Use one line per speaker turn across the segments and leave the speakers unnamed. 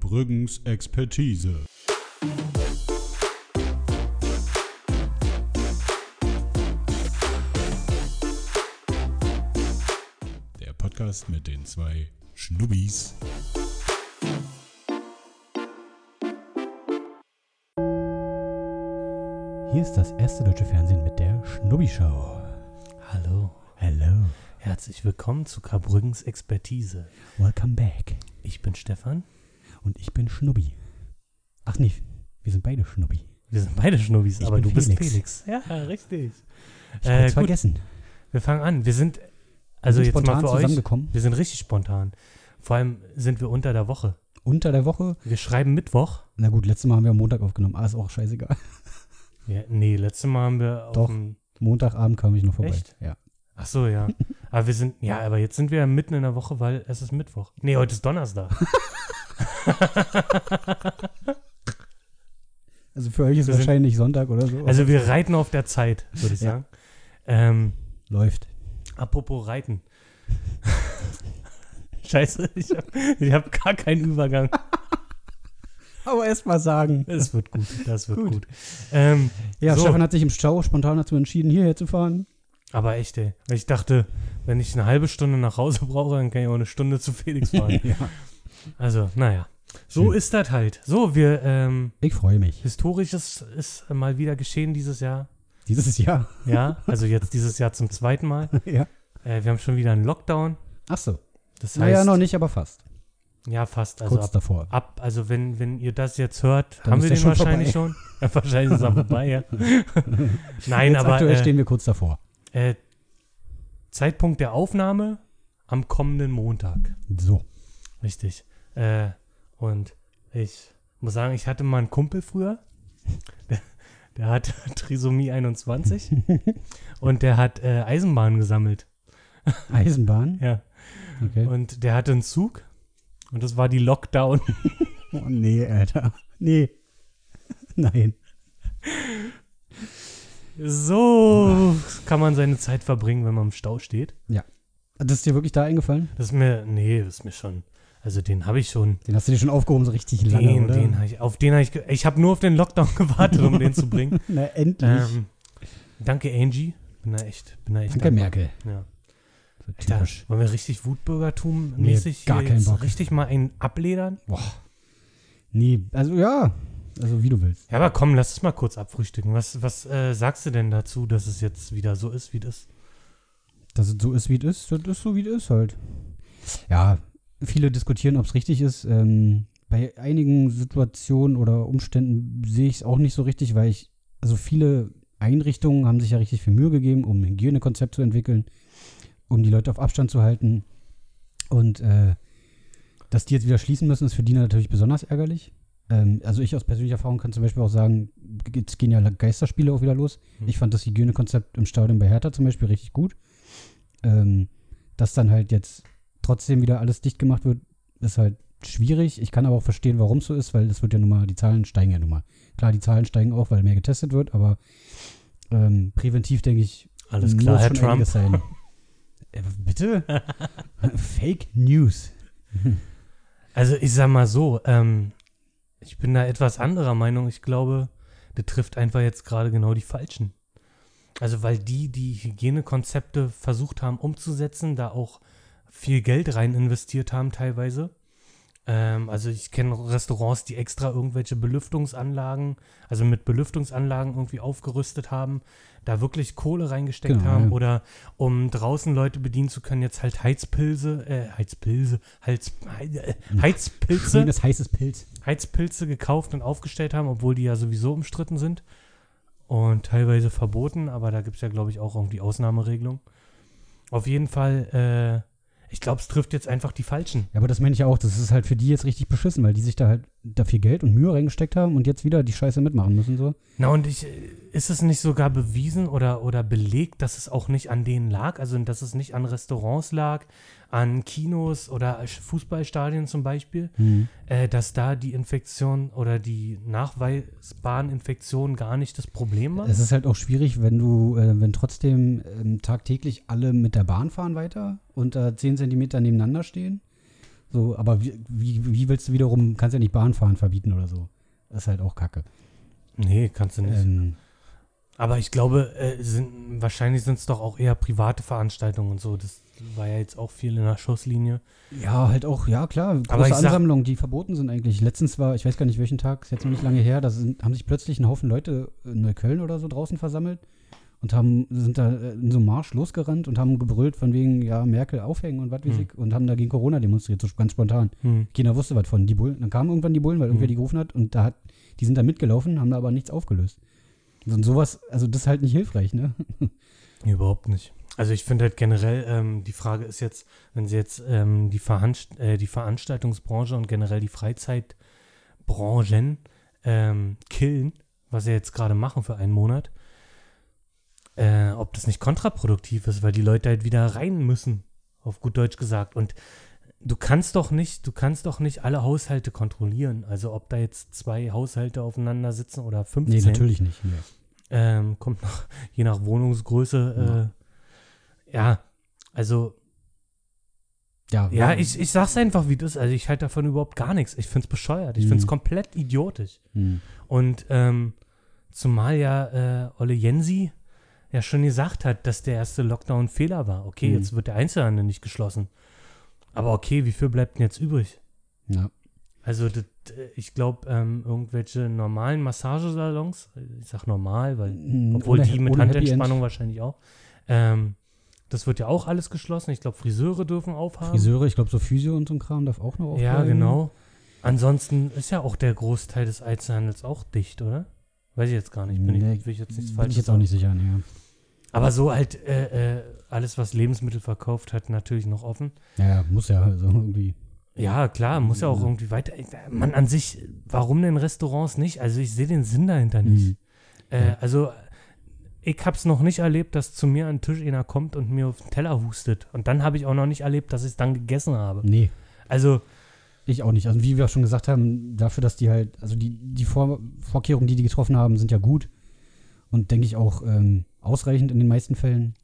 Brüggens Expertise. Der Podcast mit den zwei Schnubbis.
Hier ist das erste deutsche Fernsehen mit der Schnubbi-Show.
Hallo,
Hello,
herzlich willkommen zu Karbrüggens Expertise.
welcome back.
Ich bin Stefan.
Und ich bin Schnubbi. Ach nee, wir sind beide Schnubbi.
Wir sind beide Schnubbis,
Ich
aber
bin
du bist
Felix.
Felix. Ja, richtig.
Ich
Äh,
hab's
gut.
vergessen.
Wir fangen an. Wir sind, also
Wir sind
jetzt mal
spontan
für euch,
zusammengekommen.
wir sind richtig spontan. Vor allem sind wir unter der Woche.
Unter der Woche.
Wir schreiben Mittwoch.
Na gut, letztes Mal haben wir am Montag aufgenommen. Ah, ist auch scheißegal.
Ja, nee, letztes Mal haben wir auf
Doch.
dem,
Montagabend kam ich noch vorbei.
Echt?
Ja.
Ach so, ja. aber wir sind, ja, aber jetzt sind wir mitten in der Woche, weil es ist Mittwoch. Nee, heute ist Donnerstag.
Also für euch ist
Wir sind-
wahrscheinlich Sonntag oder so.
Also wir reiten auf der Zeit, würde ich
Ja.
sagen. Ähm,
läuft.
Apropos Reiten. Scheiße, ich habe ich hab gar keinen Übergang.
Aber erst mal sagen.
Das wird gut, das wird
Gut.
gut. Ähm,
Ja,
So.
Stefan hat sich im Stau spontan dazu entschieden, hierher zu fahren.
aber echt, ey. Weil Ich dachte, wenn ich eine halbe Stunde nach Hause brauche, dann kann ich auch eine Stunde zu Felix fahren.
Ja.
Also, naja. So
Hm.
ist das halt. So, wir, ähm,
Ich freue mich.
historisches ist mal wieder geschehen dieses Jahr.
Dieses Jahr.
Ja, also jetzt dieses Jahr zum zweiten Mal.
ja.
Äh, wir haben schon wieder einen Lockdown.
Ach so.
Das heißt,
Naja, noch nicht, aber fast.
ja, fast. Also
Kurz
ab
davor.
ab. Also wenn, wenn ihr das jetzt hört,
Dann
haben
ist
wir
der
den
schon
wahrscheinlich schon. Ja, wahrscheinlich ist er vorbei, ja. Nein,
Jetzt
aber
aktuell
äh,
stehen wir kurz davor.
äh, Zeitpunkt der Aufnahme am kommenden Montag.
So.
Richtig. Äh, und ich muss sagen, ich hatte mal einen Kumpel früher, der, der hat Trisomie 21 und der hat äh, Eisenbahn gesammelt.
Eisenbahn.
Ja.
Okay.
Und der hatte einen Zug und das war die Lockdown.
Oh, nee, Alter. Nee. Nein.
So kann man seine Zeit verbringen, wenn man im Stau steht.
Das ist dir wirklich da eingefallen?
Das ist mir, nee, das ist mir schon. Also den habe ich schon.
Den hast du dir schon aufgehoben, so richtig lange,
Den,
oder?
den habe ich, auf den habe ich, ge- ich habe nur auf den Lockdown gewartet, um den zu bringen.
Na, endlich.
Ähm, danke Angie, bin da echt, bin da echt.
Danke,
dankbar.
Merkel.
Ja.
So
Alter,
typisch.
wollen wir richtig Wutbürgertum-mäßig
Nee, gar
hier
keinen
jetzt
Bock.
richtig mal einen abledern?
Nee, also ja. Also wie du willst.
Ja, aber komm, lass es mal kurz abfrühstücken. Was, was äh, sagst du denn dazu, dass es jetzt wieder so ist, wie das?
Dass es so ist, wie es ist, das ist so, wie es ist halt. Ja, viele diskutieren, ob es richtig ist. Ähm, bei einigen Situationen oder Umständen sehe ich es auch nicht so richtig, weil ich, also viele Einrichtungen haben sich ja richtig viel Mühe gegeben, um ein Hygienekonzept zu entwickeln, um die Leute auf Abstand zu halten. Und äh, dass die jetzt wieder schließen müssen, ist für die natürlich besonders ärgerlich. Ähm, also ich aus persönlicher Erfahrung kann zum Beispiel auch sagen, jetzt gehen ja Geisterspiele auch wieder los.
Hm.
Ich fand das Hygienekonzept im Stadion bei Hertha zum Beispiel richtig gut. Ähm, dass dann halt jetzt trotzdem wieder alles dicht gemacht wird, ist halt schwierig. Ich kann aber auch verstehen, warum es so ist, weil es wird ja nun mal, die Zahlen steigen ja nun mal. Klar, die Zahlen steigen auch, weil mehr getestet wird, aber ähm, präventiv denke ich,
Alles
muss
klar, Herr
schon
Trump.
einiges sein. Äh, Bitte? Fake News.
Also ich sag mal so, ähm, ich bin da etwas anderer Meinung. Ich glaube, der trifft einfach jetzt gerade genau die Falschen. Also weil die, die Hygienekonzepte versucht haben umzusetzen, da auch viel Geld rein investiert haben teilweise. Ähm, also ich kenne Restaurants, die extra irgendwelche Belüftungsanlagen, also mit Belüftungsanlagen irgendwie aufgerüstet haben, da wirklich Kohle reingesteckt
Genau,
haben
ja.
oder um draußen Leute bedienen zu können, jetzt halt Heizpilze, äh, Heizpilze, Heiz, äh, Heizpilze
Schönes heißes Pilz.
Heizpilze gekauft und aufgestellt haben, obwohl die ja sowieso umstritten sind und teilweise verboten, aber da gibt es ja, glaube ich, auch irgendwie Ausnahmeregelungen. Auf jeden Fall, äh, ich glaube, es trifft jetzt einfach die Falschen.
Ja, aber das meine ich ja auch. Das ist halt für die jetzt richtig beschissen, weil die sich da halt da viel Geld und Mühe reingesteckt haben und jetzt wieder die Scheiße mitmachen müssen. So.
Na und ich, äh, ist es nicht sogar bewiesen oder, oder belegt, dass es auch nicht an denen lag, also dass es nicht an Restaurants lag, an Kinos oder Fußballstadien zum Beispiel? äh, dass da die Infektion oder die nachweisbaren Infektionen gar nicht das Problem war.
Es ist halt auch schwierig, wenn du, äh, wenn trotzdem ähm, tagtäglich alle mit der Bahn fahren weiter und da 10 Zentimeter nebeneinander stehen. So, aber wie, wie, wie willst du wiederum, kannst ja nicht Bahnfahren verbieten oder so. Das ist halt auch Kacke.
Nee, kannst du nicht.
Ähm,
Aber ich glaube, äh, sind, wahrscheinlich sind es doch auch eher private Veranstaltungen und so. Das war ja jetzt auch viel in der Schusslinie.
ja, halt auch, ja klar, große
Aber ich sag-
Ansammlungen, die verboten sind eigentlich. Letztens war, ich weiß gar nicht welchen Tag, ist jetzt noch nicht lange her, da sind, haben sich plötzlich ein Haufen Leute in Neukölln oder so draußen versammelt und haben, sind da äh, in so einem Marsch losgerannt und haben gebrüllt von wegen, ja, Merkel aufhängen und was weiß
Hm.
ich und haben da gegen Corona demonstriert, so ganz spontan. Keiner wusste was von. Die Bullen, dann kamen irgendwann die Bullen, weil irgendwer
Mhm.
die gerufen hat und da hat, die sind da mitgelaufen, haben da aber nichts aufgelöst. Und sowas, also das ist halt nicht hilfreich, ne?
Überhaupt nicht. Also ich finde halt generell, ähm, die Frage ist jetzt, wenn sie jetzt ähm, die, Veranst äh, die Veranstaltungsbranche und generell die Freizeitbranchen ähm, killen, was sie jetzt gerade machen für einen Monat, äh, ob das nicht kontraproduktiv ist, weil die Leute halt wieder rein müssen, auf gut Deutsch gesagt. Und du kannst doch nicht, du kannst doch nicht alle Haushalte kontrollieren. Also ob da jetzt zwei Haushalte aufeinander sitzen oder 15.
Nee, natürlich nicht. Nee.
Ähm, kommt noch, je nach Wohnungsgröße. Äh, ja, also,
Ja,
ja, ich, ich sag's einfach, wie das ist. Also, ich halte davon überhaupt gar nichts. Ich find's bescheuert. Ich
Mhm.
find's komplett idiotisch.
Hm.
Und ähm, zumal ja äh, Olle Jensi ja schon gesagt hat, dass der erste Lockdown ein Fehler war. Okay,
Mhm.
jetzt wird der Einzelhandel nicht geschlossen. Aber okay, wie viel bleibt denn jetzt übrig?
Ja.
Also das, äh, ich glaube, ähm, irgendwelche normalen Massagesalons, ich sag normal, weil
Mhm,
obwohl
ohne-
die mit
ohne Happy End.
Handentspannung wahrscheinlich auch. Ähm, das wird ja auch alles geschlossen. Ich glaube, Friseure dürfen aufhaben.
Friseure, ich glaube, so Physio und so ein Kram darf auch noch aufbleiben.
ja, genau. Ansonsten ist ja auch der Großteil des Einzelhandels auch dicht, oder? Weiß ich jetzt gar nicht. Bin
Nee,
ich, will ich jetzt nichts
Bin
falsch
ich jetzt auch nicht sicher, ne,
Aber so halt äh, äh, alles, was Lebensmittel verkauft hat, natürlich noch offen.
ja. ja, muss ja, also irgendwie.
Ja, klar, muss ja auch
Ja.
irgendwie weiter. Man an sich, warum denn Restaurants nicht? Also ich sehe den Sinn dahinter nicht.
Mhm.
Äh,
Ja.
also, ich habe es noch nicht erlebt, dass zu mir an den Tisch einer kommt und mir auf den Teller hustet. Und dann habe ich auch noch nicht erlebt, dass ich es dann gegessen habe.
Nee,
Also,
ich auch nicht. Also wie wir schon gesagt haben, dafür, dass die halt, also die, die Vor Vorkehrungen, die die getroffen haben, sind ja gut. Und denke ich auch ähm, ausreichend in den meisten Fällen.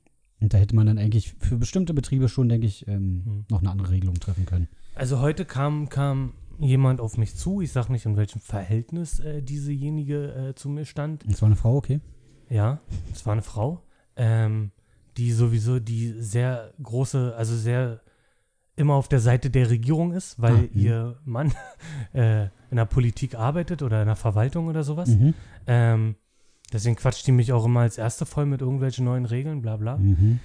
Und da hätte man dann eigentlich für bestimmte Betriebe schon, denke ich, ähm,
Mhm.
noch eine andere Regelung treffen können.
also heute kam, kam jemand auf mich zu. Ich sage nicht, in welchem Verhältnis äh, diesejenige äh, zu mir stand.
Und zwar eine Frau, okay?
Ja, es war eine Frau, ähm, die sowieso die sehr große, also sehr immer auf der Seite der Regierung ist, weil
Ah, mhm.
ihr Mann äh, in der Politik arbeitet oder in der Verwaltung oder sowas.
Mhm.
Ähm, deswegen quatscht die mich auch immer als Erste voll mit irgendwelchen neuen Regeln, bla bla.
Mhm.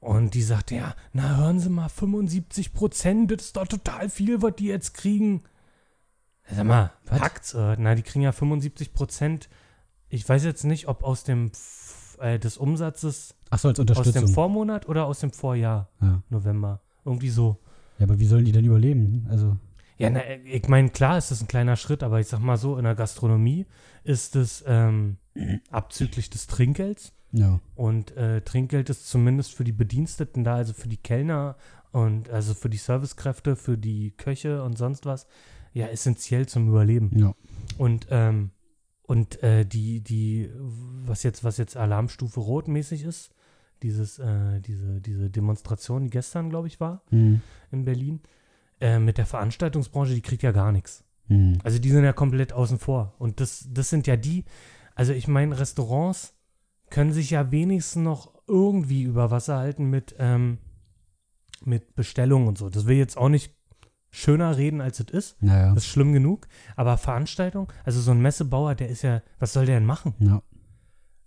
Und die sagte, ja, na hören Sie mal, 75 Prozent, das ist doch total viel, was die jetzt kriegen. Sag mal,
Was?
packt's. Äh, na, die kriegen ja 75 Prozent. Ich weiß jetzt nicht, ob aus dem F- äh, des Umsatzes,
Ach so, als
aus
Unterstützung.
dem Vormonat oder aus dem Vorjahr,
ja.
November. Irgendwie so.
ja, aber wie sollen die denn überleben? Also,
Ja, na, ich meine, klar ist das ein kleiner Schritt, aber ich sag mal so, in der Gastronomie ist es ähm,
Mhm.
abzüglich des Trinkgelds.
ja.
Und äh, Trinkgeld ist zumindest für die Bediensteten da, also für die Kellner und also für die Servicekräfte, für die Köche und sonst was, ja, essentiell zum Überleben.
Ja.
Und, ähm, und äh, die, die, was jetzt, was jetzt Alarmstufe rotmäßig ist, dieses, äh, diese, diese Demonstration, die gestern, glaube ich, war
Mhm.
in Berlin, äh, mit der Veranstaltungsbranche, die kriegt ja gar nichts.
Mhm.
Also die sind ja komplett außen vor. Und das, das sind ja die, also ich meine, Restaurants können sich ja wenigstens noch irgendwie über Wasser halten mit, ähm, mit Bestellungen und so. Das will ich jetzt auch nicht schöner reden, als es ist.
Naja.
Das ist schlimm genug. Aber Veranstaltung, also so ein Messebauer, der ist ja, was soll der denn machen?
Ja,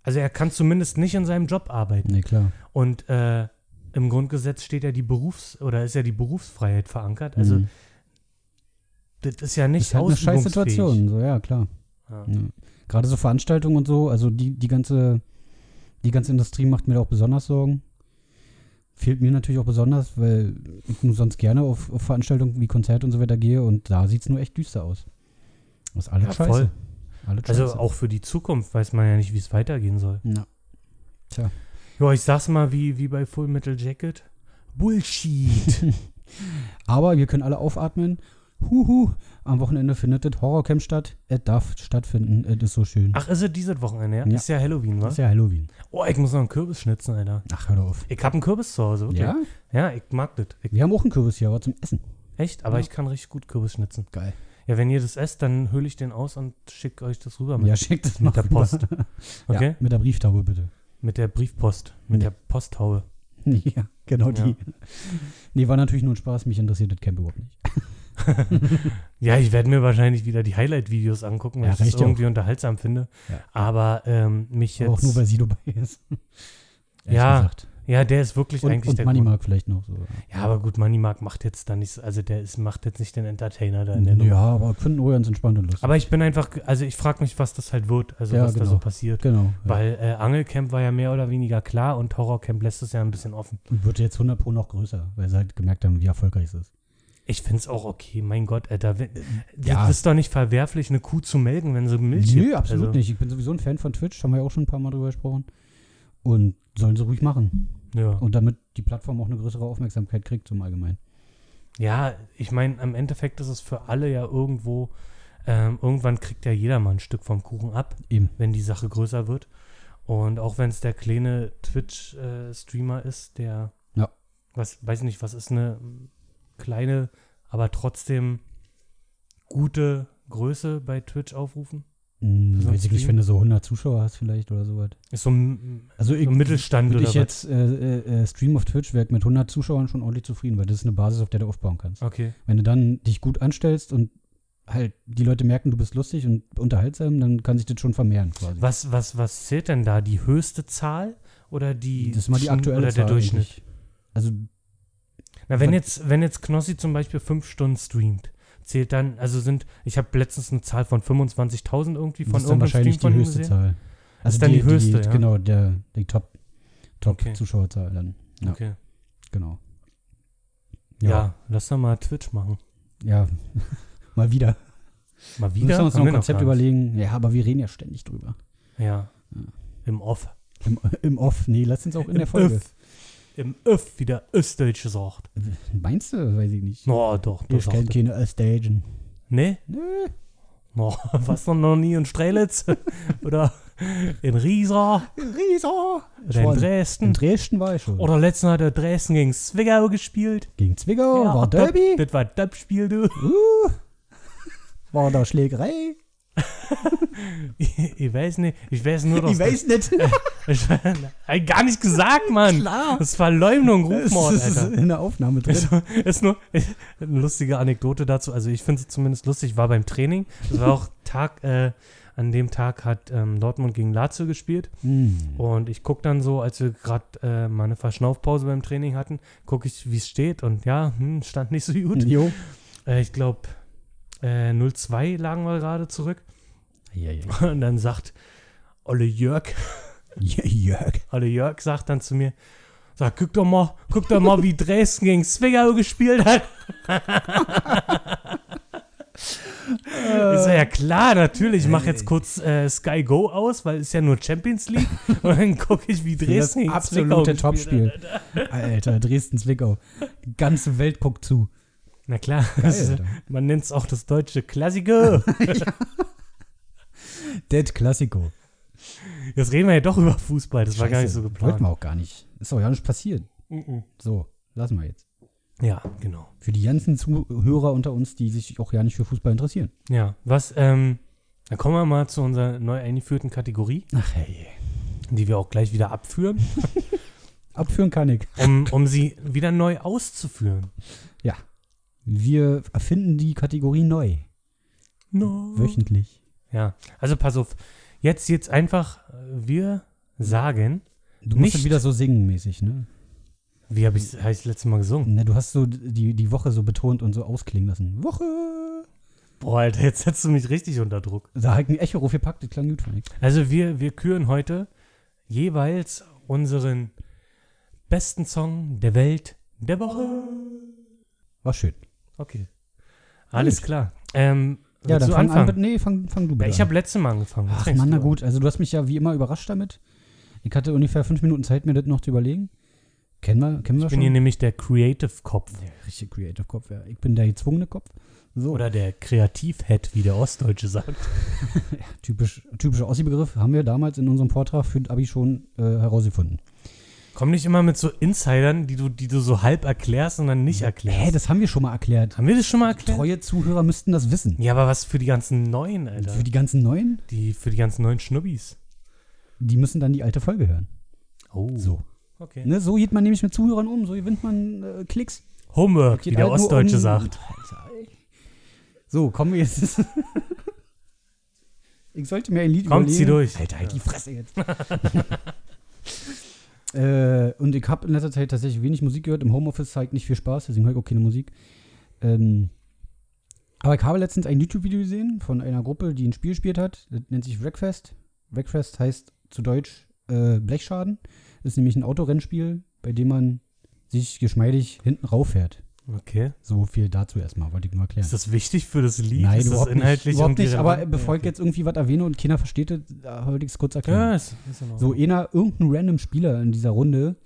Also er kann zumindest nicht in seinem Job arbeiten.
nee, klar.
Und äh, im Grundgesetz steht ja die Berufs- oder ist ja die Berufsfreiheit verankert. Also
Mhm.
das ist ja
Das
nicht
ist halt eine scheiß
ausübungsfähig.
Situation. So, ja, klar.
Ja.
Ja. Gerade so Veranstaltungen und so, also die, die ganze, die ganze Industrie macht mir da auch besonders Sorgen. Fehlt mir natürlich auch besonders, weil ich nur sonst gerne auf, auf Veranstaltungen wie Konzerte und so weiter gehe und da sieht es nur echt düster aus. Das ist alles
Ja,
scheiße.
voll.
Alles scheiße.
Also auch für die Zukunft weiß man ja nicht, wie es weitergehen soll.
Ja.
Ja, ich sag's mal wie, wie bei Full Metal Jacket. Bullshit.
Aber wir können alle aufatmen. Huhu, am Wochenende findet das Horrorcamp statt. Es darf stattfinden. Es ist so schön.
Ach, ne? ist es dieses Wochenende, ja?
Ja.
Ist ja Halloween, wa?
ist ja Halloween.
Oh, ich muss noch einen Kürbis schnitzen, Alter.
Ach, hör doch auf.
Ich hab einen Kürbis zu Hause, wirklich.
Ja?
Ja, ich mag das. Ich,
Wir haben auch einen Kürbis hier, aber zum Essen.
Echt? Aber
Ja.
ich kann richtig gut Kürbis schnitzen.
Geil.
Ja, wenn ihr das esst, dann höhle ich den aus und schicke euch das rüber. Mit,
Ja, schickt es mal
mit der
rüber.
Post. Okay?
Ja, mit der Brieftaube bitte.
Mit der Briefpost. Mit
Ja.
der Posthaube.
Ja, genau die.
Ja.
Nee, war natürlich nur ein Spaß. Mich interessiert das Camp überhaupt nicht.
Ja, ich werde mir wahrscheinlich wieder die Highlight-Videos angucken, weil
Ja,
ich das
reicht ja
irgendwie unterhaltsam finde.
Ja.
Aber ähm, mich jetzt.
Aber auch nur, weil Sido bei ist. Ehrlich
Ja,
gesagt.
ja, der ist wirklich
Und,
eigentlich
und
der
Money
Grund.
Mark vielleicht noch so.
Ja, aber gut, Money Mark macht jetzt da nichts, also der ist, macht jetzt nicht den Entertainer da in der
Ja,
Nummer.
aber finden wir ganz entspannt und lustig.
Aber ich bin einfach, ge- also ich frage mich, was das halt wird, also
Ja,
was da so
genau.
passiert.
genau. Ja.
Weil äh, Angelcamp war ja mehr oder weniger klar und Horrorcamp lässt es ja ein bisschen offen.
Und wird jetzt 100 Pro noch größer, weil sie halt gemerkt haben, wie erfolgreich es ist.
Ich find's auch okay, mein Gott, Alter. Wenn,
ja.
Das ist doch nicht verwerflich, eine Kuh zu melken, wenn sie Milch
Nö,
gibt.
absolut
also,
nicht. Ich bin sowieso ein Fan von Twitch, haben wir ja auch schon ein paar Mal drüber gesprochen. Und sollen sie ruhig machen.
Ja.
Und damit die Plattform auch eine größere Aufmerksamkeit kriegt zum Allgemeinen.
Ja, ich meine, im Endeffekt ist es für alle ja irgendwo, ähm, irgendwann kriegt ja jeder mal ein Stück vom Kuchen ab,
Eben.
wenn die Sache größer wird. Und auch wenn es der kleine Twitch-Streamer äh, ist, der,
Ja.
was, weiß nicht, was ist eine kleine, aber trotzdem gute Größe bei Twitch aufrufen?
Hm,
Sonst
weiß ich nicht,
wie?
wenn du so 100 Zuschauer hast vielleicht oder sowas.
Ist so ein,
Also ich,
so ein Mittelstand
würde
oder
ich
was?
jetzt äh, äh, Stream auf Twitch wäre ich mit 100 Zuschauern schon ordentlich zufrieden, weil das ist eine Basis, auf der du aufbauen kannst.
Okay.
Wenn du dann dich gut anstellst und halt die Leute merken, du bist lustig und unterhaltsam, dann kann sich das schon vermehren quasi.
Was, was, was zählt denn da? Die höchste Zahl oder die,
das ist mal die aktuelle
oder der
Zahl
Durchschnitt?
eigentlich. Also
Na, wenn
Wenn-
jetzt, wenn jetzt Knossi zum Beispiel fünf Stunden streamt, zählt dann, also sind, ich habe letztens eine Zahl von 25.000 irgendwie von
das ist dann
irgendeinem Stream
wahrscheinlich
von
die
ihm
höchste
gesehen.
Zahl. Also
ist dann die höchste, ja.
Genau, der, die Top, Top
Okay.
Zuschauerzahl dann. Ja.
Okay.
Genau.
Ja. lass doch mal Twitch machen.
Ja. mal wieder.
Mal
Wir
wieder.
müssen uns noch
Haben
ein
wir
Konzept
gar nicht.
überlegen. Ja, aber wir reden ja ständig drüber.
Ja.
Ja.
Im Off.
Im, im Off. Nee, lass uns auch in
Im
der Folge.
Öff. Im Öff wieder Östdeutsche sagt.
Meinst du? Weiß ich nicht.
No, doch, du
Ich kenne
sagt.
keine Stagen.
Ne?
Nö.
No, warst du Oh, noch nie in Strelitz? oder in Riesa?
Rieser.
Oder in Dresden?
In Dresden war ich schon.
Oder letztens hat er Dresden gegen Zwickau gespielt.
Gegen Zwickau
Ja,
Oh, war
das-
Derby.
Das war das Spiel, du.
Uh, war da Schlägerei.
Ich, ich weiß nicht. Ich weiß nur, dass.
nicht.
Ich, ich gar nicht gesagt, Mann.
Klar.
Das ist Verleumdung,
Rufmord,
Rufmord,
das ist
Alter.
in der Aufnahme drin.
Ist, ist nur eine lustige Anekdote dazu. Also, ich finde es zumindest lustig. Ich war beim Training. Das war auch Tag, äh, an dem Tag hat ähm, Dortmund gegen Lazio gespielt.
Hm.
Und ich gucke dann so, als wir gerade äh, mal eine Verschnaufpause beim Training hatten, gucke ich, wie es steht. Und ja, hm, stand nicht so gut.
Jo.
Äh, ich glaube, äh, 0-2 lagen wir gerade zurück.
Jörg.
Und dann sagt Olle Jörg,
Jörg.
Also Jörg sagt dann zu mir, sag, guck doch mal, guck doch mal, wie Dresden gegen Zwickau gespielt hat. Ich sag, ja klar, natürlich, ich mach jetzt kurz äh, Sky Go aus, weil es ist ja nur Champions League. Und dann gucke ich, wie
Das
Dresden gegen Zwickau
absolute
gespielt hat.
Topspiel. Alter, Dresden-Zwickau. Die ganze Welt guckt zu.
Na klar,
Geil,
das ist,
Alter.
man nennt es auch das deutsche Klassiker.
Dead Classico.
Jetzt reden wir ja doch über Fußball, das war gar
Scheiße,
nicht so
Wollten
geplant.
wir auch gar nicht. Ist doch ja nicht passiert.
Mhm.
So, lassen wir jetzt.
Ja, genau.
Für die ganzen Zuhörer unter uns, die sich auch ja nicht für Fußball interessieren.
Ja, was, ähm, dann kommen wir mal zu unserer neu eingeführten Kategorie,
Ach hey.
die wir auch gleich wieder abführen.
Abführen kann ich.
um, um sie wieder neu auszuführen.
Wir erfinden die Kategorie neu.
No.
Wöchentlich.
Ja, also pass auf. Jetzt jetzt einfach, äh, wir sagen,
Du musst
Nicht-
das wieder so singen mäßig, ne?
wie habe ich es letztes Mal gesungen?
Na, du hast so die, die Woche so betont und so ausklingen lassen. Woche!
Boah, Alter, jetzt setzt du mich richtig unter Druck.
Da hat ein Echoruf gepackt, das klang gut, fand ich.
Also wir, wir küren heute jeweils unseren besten Song der Welt der Woche.
War schön.
Okay. Alles klar. Ähm,
Ja, dann
willst du
fang an.
anfangen?
mit- Nee, fang, fang du bitte
Ja, ich
an.
habe letztes Mal angefangen. Jetzt
Ach,
fängst
Mann,
du
na
an.
gut. Also, du hast mich ja wie immer überrascht damit. Ich hatte ungefähr fünf Minuten Zeit, mir das noch zu überlegen. Kennen wir, kennen wir
Ich
schon?
bin hier nämlich der Creative-Kopf
der richtige Creative Kopf, ja. Ich bin der gezwungene Kopf. So,
oder der Kreativ-Head, wie der Ostdeutsche sagt.
typisch, typischer Ossi-Begriff haben wir damals in unserem Vortrag für das Abi schon äh, herausgefunden.
Komm nicht immer mit so Insidern, die du, die du so halb erklärst und dann nicht erklärst.
Hä, das haben wir schon mal erklärt.
Haben wir das schon mal erklärt?
Treue Zuhörer müssten das wissen.
Ja, aber was für die ganzen Neuen, Alter.
Für die ganzen Neuen,
die, für die ganzen neuen Schnubbis.
die müssen dann die alte Folge hören.
Oh.
So.
Okay.
Ne, so geht man nämlich mit Zuhörern um, so gewinnt man äh, Klicks.
Homework, wie
Geht
der
halt nur
Ostdeutsche
um-
sagt.
Alter, ey. So, kommen wir jetzt. ich sollte mir ein Lied
Kommt,
überlegen.
zieh durch.
Alter, halt die Fresse jetzt. äh, und ich habe in letzter Zeit tatsächlich wenig Musik gehört. Im Homeoffice zeigt nicht viel Spaß, deswegen höre ich auch keine Musik. Ähm, aber ich habe letztens ein YouTube-Video gesehen von einer Gruppe, die ein Spiel gespielt hat. Das nennt sich Wreckfest. Wreckfest heißt zu Deutsch äh, Blechschaden. Ist nämlich ein Autorennspiel, bei dem man sich geschmeidig hinten rauffährt.
Okay.
So viel dazu erstmal, wollte ich nur erklären.
Ist das wichtig für das Lied?
Nein,
ist das
überhaupt
inhaltlich
nicht. Überhaupt
irgendwie
nicht aber
relevant?
bevor ich jetzt irgendwie was erwähne und keiner versteht, es, da wollte ich es kurz erklären.
Ja, ist, ist in
So,
Ordnung.
einer, irgendein random Spieler in dieser Runde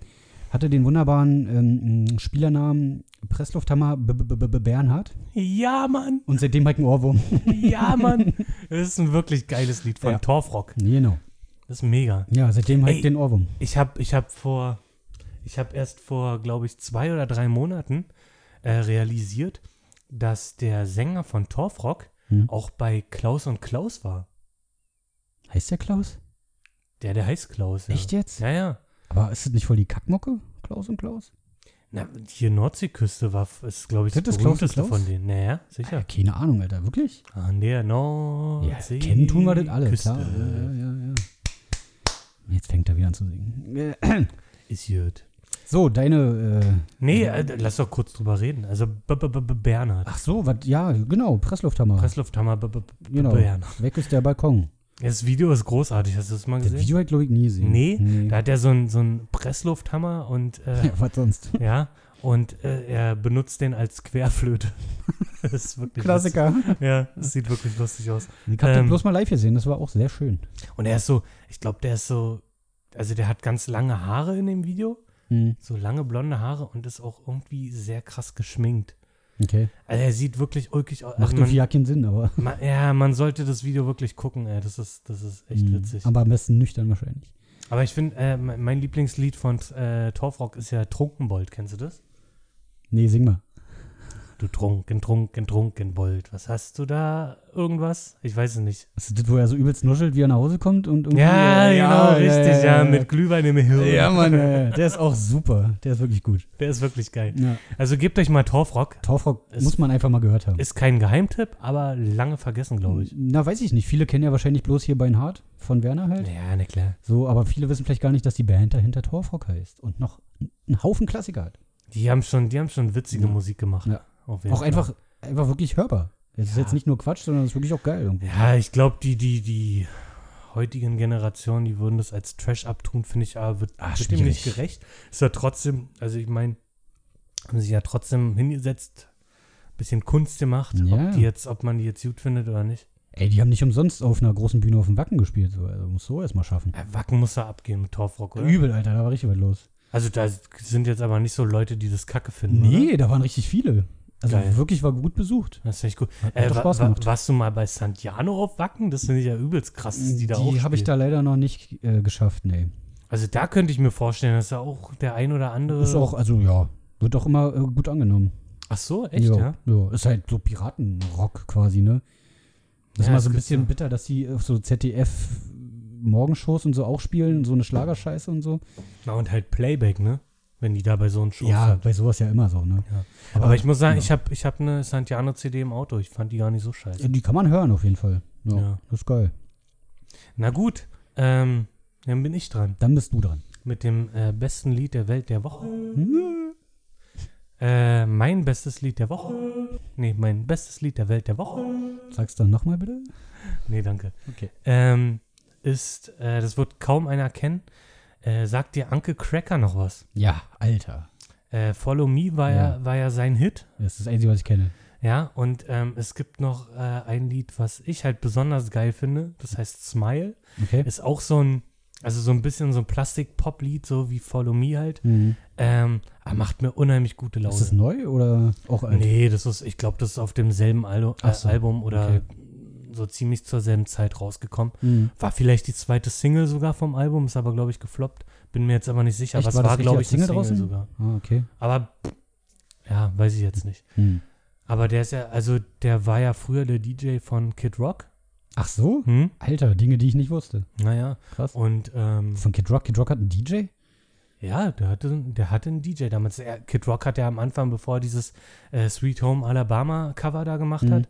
hatte den wunderbaren ähm, Spielernamen Presslufthammer B -B -B -B Bernhard.
Ja, Mann.
Und seitdem halt ein Ohrwurm.
Ja, Mann. Das ist ein wirklich geiles Lied von
Ja.
Torfrock.
genau.
Das ist mega.
Ja, seitdem halt
Ey.
den Ohrwurm.
Ich habe ich hab vor, ich habe erst vor, glaube ich, zwei oder drei Monaten äh, realisiert, dass der Sänger von Torfrock
Hm.
auch bei Klaus und Klaus war.
Heißt der Klaus?
Der, der heißt Klaus. Ja.
Echt jetzt?
Ja, ja.
Aber ist das nicht voll die Kackmocke? Klaus und Klaus?
Na, hier Nordseeküste war, ist, glaube ich, das,
Das ist Klaus und
berühmteste
Klaus?
von denen. Naja, sicher. Oh,
Ja, keine Ahnung, Alter. Wirklich?
An der
Ja,
Nordsee.
kennen tun wir das alle,
Küste
klar. Ja, ja, ja. Jetzt fängt er wieder an zu singen.
Ist gut.
So, deine. Äh,
Nee, äh, lass doch kurz drüber reden. Also B -b -b -b Bernhard.
ach so, was? Ja, genau, Presslufthammer.
Presslufthammer B -b -b -b
genau.
Bernhard.
Weg ist der Balkon.
Das Video ist großartig. Hast du das mal
Das
gesehen?
Video hat, glaube ich, nie gesehen.
Nee, Da hat er so einen so einen Presslufthammer und äh,
Ja, was sonst?
ja, und äh, er benutzt den als Querflöte. das ist wirklich
Klassiker.
Lustig. Ja, das sieht wirklich lustig aus.
Ich habe
Ähm.
den bloß mal live gesehen, das war auch sehr schön.
Und er ist so, ich glaube, der ist so, also der hat ganz lange Haare in dem Video,
Hm,
so lange blonde Haare und ist auch irgendwie sehr krass geschminkt.
Okay.
Also er sieht wirklich ulkig aus.
Macht
Also man,
irgendwie ja keinen Sinn, aber.
man, ja, man sollte das Video wirklich gucken, ey. Das ist, das ist echt
Hm,
witzig. Mhm. Aber,
Aber am besten nüchtern wahrscheinlich.
ich finde, äh, mein mein Lieblingslied von äh, Torfrock ist ja Trunkenbold, kennst du das?
Nee, sing mal.
Du trunken, trunken, trunkenbold. Was hast du da? Irgendwas? Ich weiß es nicht.
Das ist das, wo er so übelst nuschelt, wie er nach Hause kommt und irgendwie.
Ja, genau, richtig. Ja,
ja.
mit Glühwein im Hirn.
Ja, Mann, äh, der ist auch super. Der ist wirklich gut.
Der ist wirklich geil.
Ja.
Also gebt euch mal Torfrock.
Torfrock
Ist-
muss man einfach mal gehört haben.
Ist kein Geheimtipp, aber lange vergessen, glaube ich.
Na, weiß ich nicht. Viele kennen ja wahrscheinlich bloß hier Beinhardt von Werner halt.
Ja, na klar.
So, aber viele wissen vielleicht gar nicht, dass die Band dahinter Torfrock heißt und noch einen Haufen Klassiker hat.
Die haben schon, die haben schon witzige
Ja.
Musik gemacht.
Ja.
Auf jeden
auch
Fall.
einfach, einfach wirklich hörbar. Es ist
Ja.
jetzt nicht nur Quatsch, sondern es ist wirklich auch geil. irgendwie.
Ja, ich glaube, die, die, die heutigen Generationen, die würden das als Trash abtun, finde ich, aber wird,
Ah,
wird dem nicht
schwierig.
gerecht. Ist ja trotzdem, also ich meine, haben sich ja trotzdem hingesetzt, bisschen Kunst gemacht,
Ja.
ob, die jetzt, ob man die jetzt gut findet oder nicht.
Ey, die haben nicht umsonst auf einer großen Bühne auf dem Wacken gespielt. So. Also muss so erstmal schaffen.
Ja, Wacken muss da abgehen mit Torfrock, oder?
Übel, Alter, da war richtig was los.
Also da sind jetzt aber nicht so Leute, die das kacke finden,
Nee,
oder?
da waren richtig viele. Also
ne? Geil.
wirklich war gut besucht.
Das finde ich gut.
Hat,
Äh,
hat doch
wa-
Spaß
wa-
gemacht.
warst du mal bei Santiano auf Wacken? Das finde ich ja übelst krass, dass die da auch
die habe ich
spielen.
da leider noch nicht äh, geschafft, nee.
Also da könnte ich mir vorstellen, dass da auch der ein oder andere...
Ist auch, also ja, wird auch immer äh, gut angenommen.
Ach so, echt,
ja,
ja?
Ja, ist halt so Piratenrock quasi, ne? Das ist
Ja,
mal so
das
ein
gibt's
bisschen
ja.
bitter, dass die auf so ZDF-Morgenshows und so auch spielen, so eine Schlagerscheiße und so.
Na und halt Playback, ne? Wenn die da bei so einem Show
Ja,
sind.
bei sowas ja immer so, ne?
Ja. Aber ich muss sagen, ich habe ich hab eine Santiano CD im Auto. Ich fand die gar nicht so
Ja,
scheiße.
äh, die kann man hören auf jeden Fall. Ja,
Ja.
Das ist geil.
Na gut, ähm, dann bin ich dran.
Dann bist du dran.
Mit dem äh, besten Lied der Welt der Woche.
Hm?
Äh, mein bestes Lied der Woche. Nee, mein bestes Lied der Welt der Woche.
Sag's dann nochmal bitte.
Nee, danke.
Okay.
Ähm, ist, äh, das wird kaum einer kennen. Äh, sagt dir Anke Cracker noch was?
Ja, Alter.
Äh, Follow Me war ja.
Ja.
war ja sein Hit.
Das ist das Einzige, was ich kenne.
Ja, und ähm, es gibt noch äh, ein Lied, was ich halt besonders geil finde. Das heißt Smile.
Okay.
Ist auch so ein, also so ein bisschen so ein Plastik-Pop-Lied, so wie Follow Me halt.
Mhm.
Ähm, aber macht mir unheimlich gute Laune.
Ist das neu oder auch alt?
nee, das ist, ich glaube, das ist auf demselben Alu-
Ach
äh,
so,
Album oder
okay.
so ziemlich zur selben Zeit rausgekommen.
Mhm.
War vielleicht die zweite Single sogar vom Album, ist aber, glaube ich, gefloppt. Bin mir jetzt aber nicht sicher.
Echt?
Aber es
War
war,
das richtig
glaube
als
ich, eine
Single draußen?
sogar.
Ah, okay.
Aber ja, weiß ich jetzt nicht.
Hm.
Aber der ist ja, also der war ja früher der DJ von Kid Rock.
Ach so?
Hm?
Alter, Dinge, die ich nicht wusste.
Naja.
Krass.
Und ähm,
Von Kid Rock. Kid Rock hat einen DJ?
ja, der hatte, der hatte einen DJ damals. Er, Kid Rock hat ja am Anfang, bevor er dieses äh, Sweet Home Alabama Cover da gemacht
Mhm.
hat,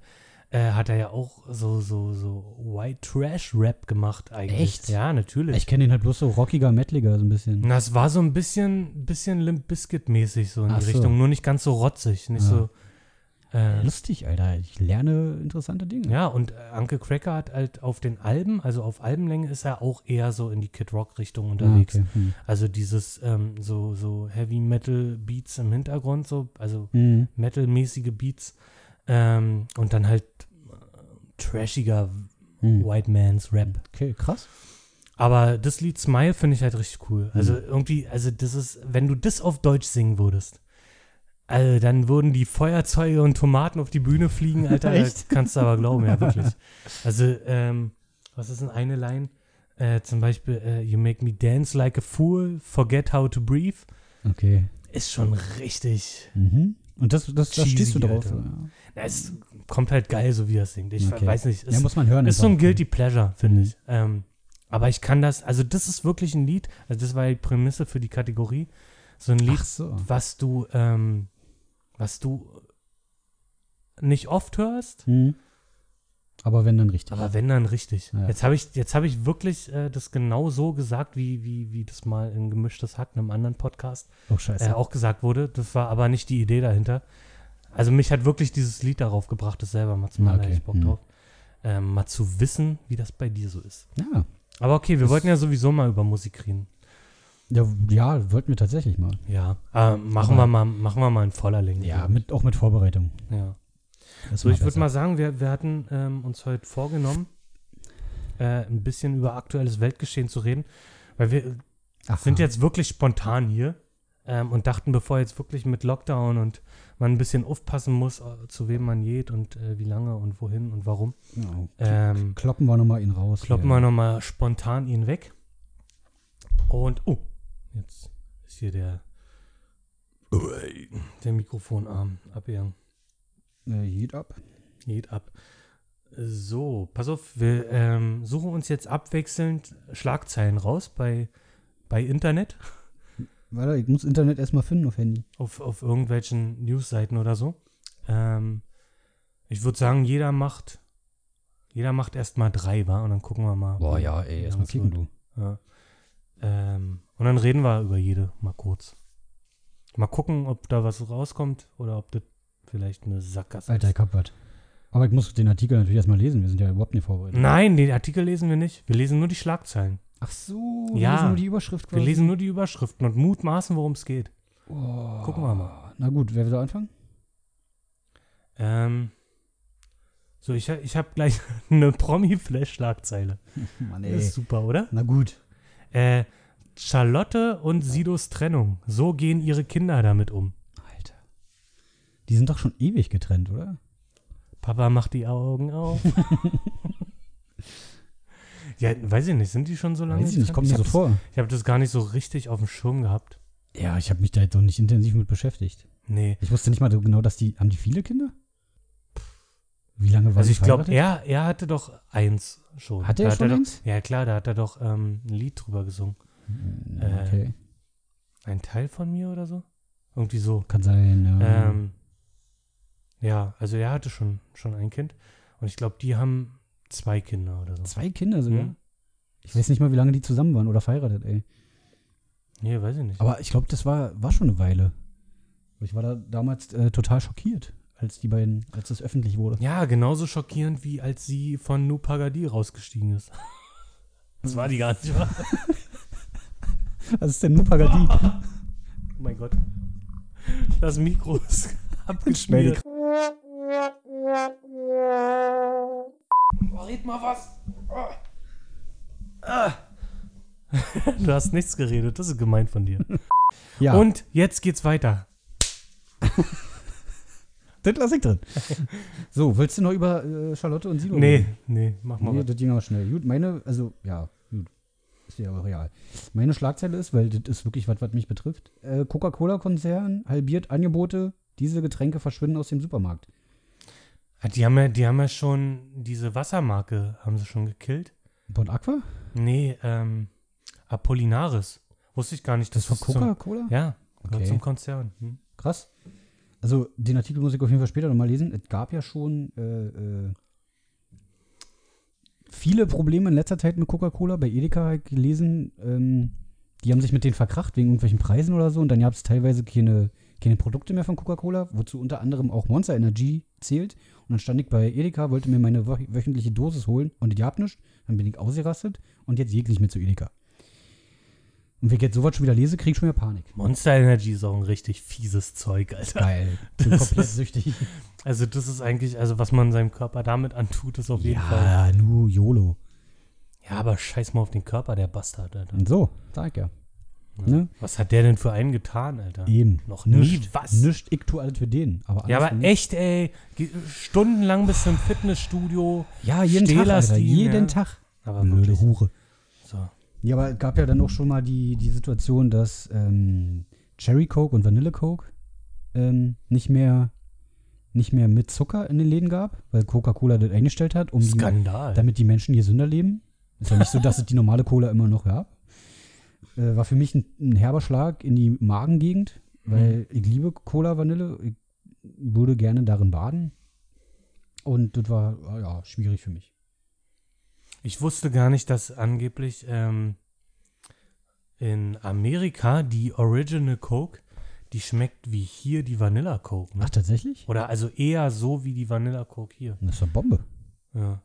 äh, hat er ja auch so, so, so White Trash Rap gemacht eigentlich.
Echt?
Ja, natürlich.
Ich kenne den halt bloß so rockiger, metaliger so ein bisschen.
Na, es war so ein bisschen, bisschen Limp Bizkit mäßig so in
Ach
die
so.
Richtung, nur nicht ganz so rotzig, nicht
Ja.
so. Äh,
Lustig, Alter. Ich lerne interessante Dinge.
ja, und äh, Uncle Cracker hat halt auf den Alben, also auf Albenlänge ist er auch eher so in die Kid Rock Richtung
Ah,
unterwegs.
okay. Hm.
Also dieses ähm, so so Heavy Metal Beats im Hintergrund, so also
Hm.
Metal-mäßige Beats ähm, und dann halt äh, trashiger
Hm.
White Man's Rap.
Okay, krass.
Aber das Lied Smile finde ich halt richtig
Mhm.
cool. Also irgendwie, also das ist, wenn du das auf Deutsch singen würdest, also dann würden die Feuerzeuge und Tomaten auf die Bühne fliegen, Alter.
Echt?
Kannst du aber glauben, ja, wirklich. Also, ähm, was ist denn eine Line? Äh, zum Beispiel, äh, You make me dance like a fool, forget how to breathe.
Okay.
Ist schon richtig.
Mhm. Und das, das, da
Cheesy,
stehst du drauf.
Alter.
Ja.
Na, Es kommt halt geil, so wie er es singt. Ich
Okay.
weiß nicht. Es,
ja, muss man hören.
Ist so ein
einfach.
Guilty Pleasure, finde
Mhm.
ich. Ähm, aber ich kann das, also das ist wirklich ein Lied, also das war die Prämisse für die Kategorie. So ein Lied,
Ach so.
was du, ähm, was du nicht oft hörst,
Hm. Aber wenn, dann richtig.
Mhm. aber wenn dann richtig.
Ja.
Jetzt habe ich, jetzt habe ich wirklich äh, das genau so gesagt, wie, wie, wie das mal in gemischtes Hack, einem anderen Podcast,
oh, scheiße.
äh, auch gesagt wurde. Das war aber nicht die Idee dahinter. Also mich hat wirklich dieses Lied darauf gebracht, das selber mal zu machen, da
Okay.
hätte ich Bock
Mhm.
drauf. Ähm, mal zu wissen, wie das bei dir so ist.
ja.
Aber okay, wir
Das-
wollten ja sowieso mal über Musik reden.
Ja, ja, wollten wir tatsächlich mal.
Ja. Äh, machen, wir mal, machen wir mal in voller Länge.
Ja, mit, auch mit Vorbereitung.
ja.
Das
So,
war
ich würde
besser.
mal sagen, wir, wir hatten ähm, uns heute vorgenommen, äh, ein bisschen über aktuelles Weltgeschehen zu reden, weil wir äh,
Aha.
sind jetzt wirklich spontan hier ähm, und dachten, bevor jetzt wirklich mit Lockdown und man ein bisschen aufpassen muss, äh, zu wem man geht und äh, wie lange und wohin und warum,
Ja,
ähm,
kloppen wir nochmal ihn raus.
kloppen
hier.
wir nochmal spontan ihn weg. Und, oh, jetzt ist hier der, der Mikrofonarm abgegangen.
Äh, geht ab.
Geht ab. So, pass auf, wir ähm, suchen uns jetzt abwechselnd Schlagzeilen raus bei, bei Internet,
Warte, ich muss Internet erstmal finden auf Handy.
auf, auf irgendwelchen Newsseiten oder so. Ähm, ich würde sagen, jeder macht, jeder macht erstmal drei, war und dann gucken wir mal.
ey,
erst mal kicken,
du.
Ja. Ähm, und dann reden wir über jede mal kurz. Mal gucken, ob da was rauskommt oder ob das vielleicht eine Sackgasse
Alter, ich hab was. Aber ich muss den Artikel natürlich erstmal lesen. Wir sind ja überhaupt nicht vorbereitet.
Nein, den Artikel lesen wir nicht. Wir lesen nur die Schlagzeilen.
Ach so,
Ja.
Überschrift
Wir lesen nur die Überschriften und mutmaßen, worum es geht.
Oh.
Gucken wir mal.
Na gut, wer will da anfangen?
Ähm, so, ich, ha- ich habe gleich eine Promi-Flash-Schlagzeile.
Mann,
Ist super, oder?
Na gut.
Äh, Charlotte und Sidos Trennung. So gehen ihre Kinder damit um.
Alter. Die sind doch schon ewig getrennt, oder?
Papa macht die Augen auf. ja, weiß ich nicht, sind die schon so lange?
Weiß ich nicht, kommt mir so
ich habe das,
vor.
ich hab das gar nicht so richtig auf dem Schirm gehabt.
Ja, ich habe mich da jetzt noch nicht intensiv mit beschäftigt.
Nee.
Ich wusste nicht mal so genau, dass die. Haben die viele Kinder? Wie lange war
Also
sie
ich glaube,
verheiratet?
er, er hatte doch eins schon.
Hat
Da
er schon
doch,
eins?
Ja klar, da hat er doch ähm, ein Lied drüber gesungen.
Hm,
äh,
Okay.
Ein Teil von mir oder so? Irgendwie so.
Kann sein, ja.
Ähm, ja, also er hatte schon, schon ein Kind. Und ich glaube, die haben zwei Kinder oder so.
Zwei Kinder sogar?
Hm?
Ich weiß nicht mal, wie lange die zusammen waren oder verheiratet, ey.
Nee, weiß ich nicht.
Aber ich glaube, das war, war schon eine Weile. Ich war da damals äh, total schockiert, als die beiden, als das öffentlich wurde.
Ja, genauso schockierend, wie als sie von Nu Pagadi rausgestiegen ist. Das war die gar nicht, wahr?
Was ist denn nur Pagadi?
Oh mein Gott. Das Mikro ist abgeschmiert. Oh, red mal was. Oh. Ah. Du hast nichts geredet, das ist gemein von dir.
Ja.
Und jetzt geht's weiter.
das lasse ich drin. So, willst du noch über äh, Charlotte und Silo
Nee,
reden?
nee, mach mal.
Nee,
was.
das ging auch schnell. Gut, meine, also, ja, gut. Ist ja aber real. Meine Schlagzeile ist, weil das ist wirklich was, was mich betrifft. Äh, Coca-Cola-Konzern halbiert Angebote, diese Getränke verschwinden aus dem Supermarkt.
Ah, Die haben ja, die haben ja schon diese Wassermarke, haben sie schon gekillt.
Bon Aqua?
Nee, ähm, Apollinaris. Wusste ich gar nicht, dass
Das war
es so-
Coca-Cola?
Ja, gehört
Okay.
zum Konzern. Hm.
Krass. Also, den Artikel muss ich auf jeden Fall später nochmal lesen. Es gab ja schon äh, äh, viele Probleme in letzter Zeit mit Coca-Cola. Bei Edeka habe ich gelesen, ähm, die haben sich mit denen verkracht wegen irgendwelchen Preisen oder so. Und dann gab es teilweise keine, keine Produkte mehr von Coca-Cola, wozu unter anderem auch Monster Energy zählt. Und dann stand ich bei Edeka, wollte mir meine wöch- wöchentliche Dosis holen und ich hab nichts. Dann bin ich ausgerastet und jetzt jeglich mit zu Edeka. Und wenn ich jetzt sowas schon wieder lese, krieg ich schon wieder Panik.
Monster Energy ist auch ein richtig fieses Zeug, Alter.
Geil. Bin
Das
komplett
ist-
süchtig.
Also das ist eigentlich, also was man seinem Körper damit antut, ist auf jeden Fall.
Ja, nu, YOLO.
Ja, aber scheiß mal auf den Körper, der Bastard, Alter.
Und so, sag ja.
Ja.
Ne?
Was hat der denn für einen getan, Alter?
Eben.
Noch nie
Nicht,
was.
Nicht ich tu alles für den. Aber alles
Ja, aber
für mich.
echt, ey. Ge- Stundenlang bis zum Fitnessstudio.
Ja, jeden Tag,
Stehlersteam,
Alter, jeden
ja.
Tag.
Aber
Blöde
wirklich.
Hure.
So.
Ja, aber es gab ja dann auch schon mal die, die Situation, dass ähm, Cherry Coke und Vanille Coke ähm, nicht mehr nicht mehr mit Zucker in den Läden gab, weil Coca-Cola das eingestellt hat, um die,
Skandal.
damit die Menschen gesünder leben. Ist ja nicht so, dass es die normale Cola immer noch gab. Äh, war für mich ein, ein herber Schlag in die Magengegend, weil
Mhm.
ich liebe Cola Vanille. Ich würde gerne darin baden. Und das war ah ja schwierig für mich.
Ich wusste gar nicht, dass angeblich ähm, in Amerika die Original Coke, die schmeckt wie hier die Vanilla Coke. Ne?
Ach, tatsächlich?
Oder also eher so wie die Vanilla Coke hier.
Das ist doch Bombe.
Ja.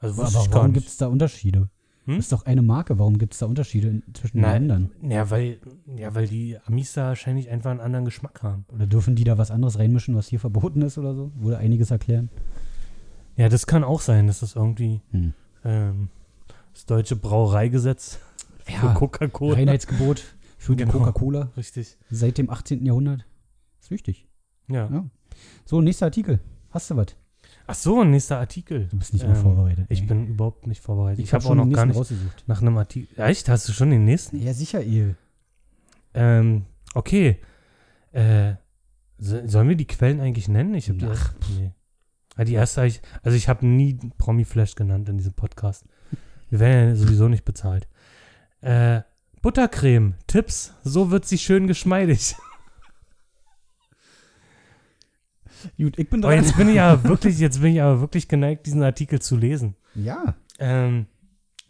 Also
Aber
wusste ich gar
warum
nicht.
gibt es da Unterschiede?
Hm?
Ist doch eine Marke. Warum gibt es da Unterschiede in, zwischen den
Nein.
Ländern?
Ja, weil, ja, weil die Amis da wahrscheinlich einfach einen anderen Geschmack haben.
Oder dürfen die da was anderes reinmischen, was hier verboten ist oder so? Würde einiges erklären.
Ja, das kann auch sein, dass das irgendwie
Hm.
ähm, das deutsche Brauereigesetz für
Ja,
Coca-Cola.
Reinheitsgebot für die
Genau.
Coca-Cola.
Richtig.
Seit dem 18. Jahrhundert. Ist wichtig.
Ja.
Ja. So, nächster Artikel. Hast du was?
Ach so, nächster Artikel.
Du bist nicht
Ähm,
mal vorbereitet.
Ich
nee.
bin überhaupt nicht vorbereitet. Ich,
hab
habe
schon
auch noch
den
gar
nächsten
nicht
rausgesucht.
nach einem Artikel. Echt? Hast du schon den nächsten?
Ja, sicher, ihr.
Ähm, okay. Äh, so, sollen wir die Quellen eigentlich nennen? Ich habe die.
Ach,
nee. Ah, die erste, hab ich, also ich habe nie Promi Flash genannt in diesem Podcast. Wir werden ja sowieso nicht bezahlt. Äh, Buttercreme, Tipps, so wird sie schön geschmeidig.
Gut, ich bin
Aber Oh, jetzt bin ich aber wirklich, jetzt bin ich aber wirklich geneigt, diesen Artikel zu lesen.
Ja.
Ähm,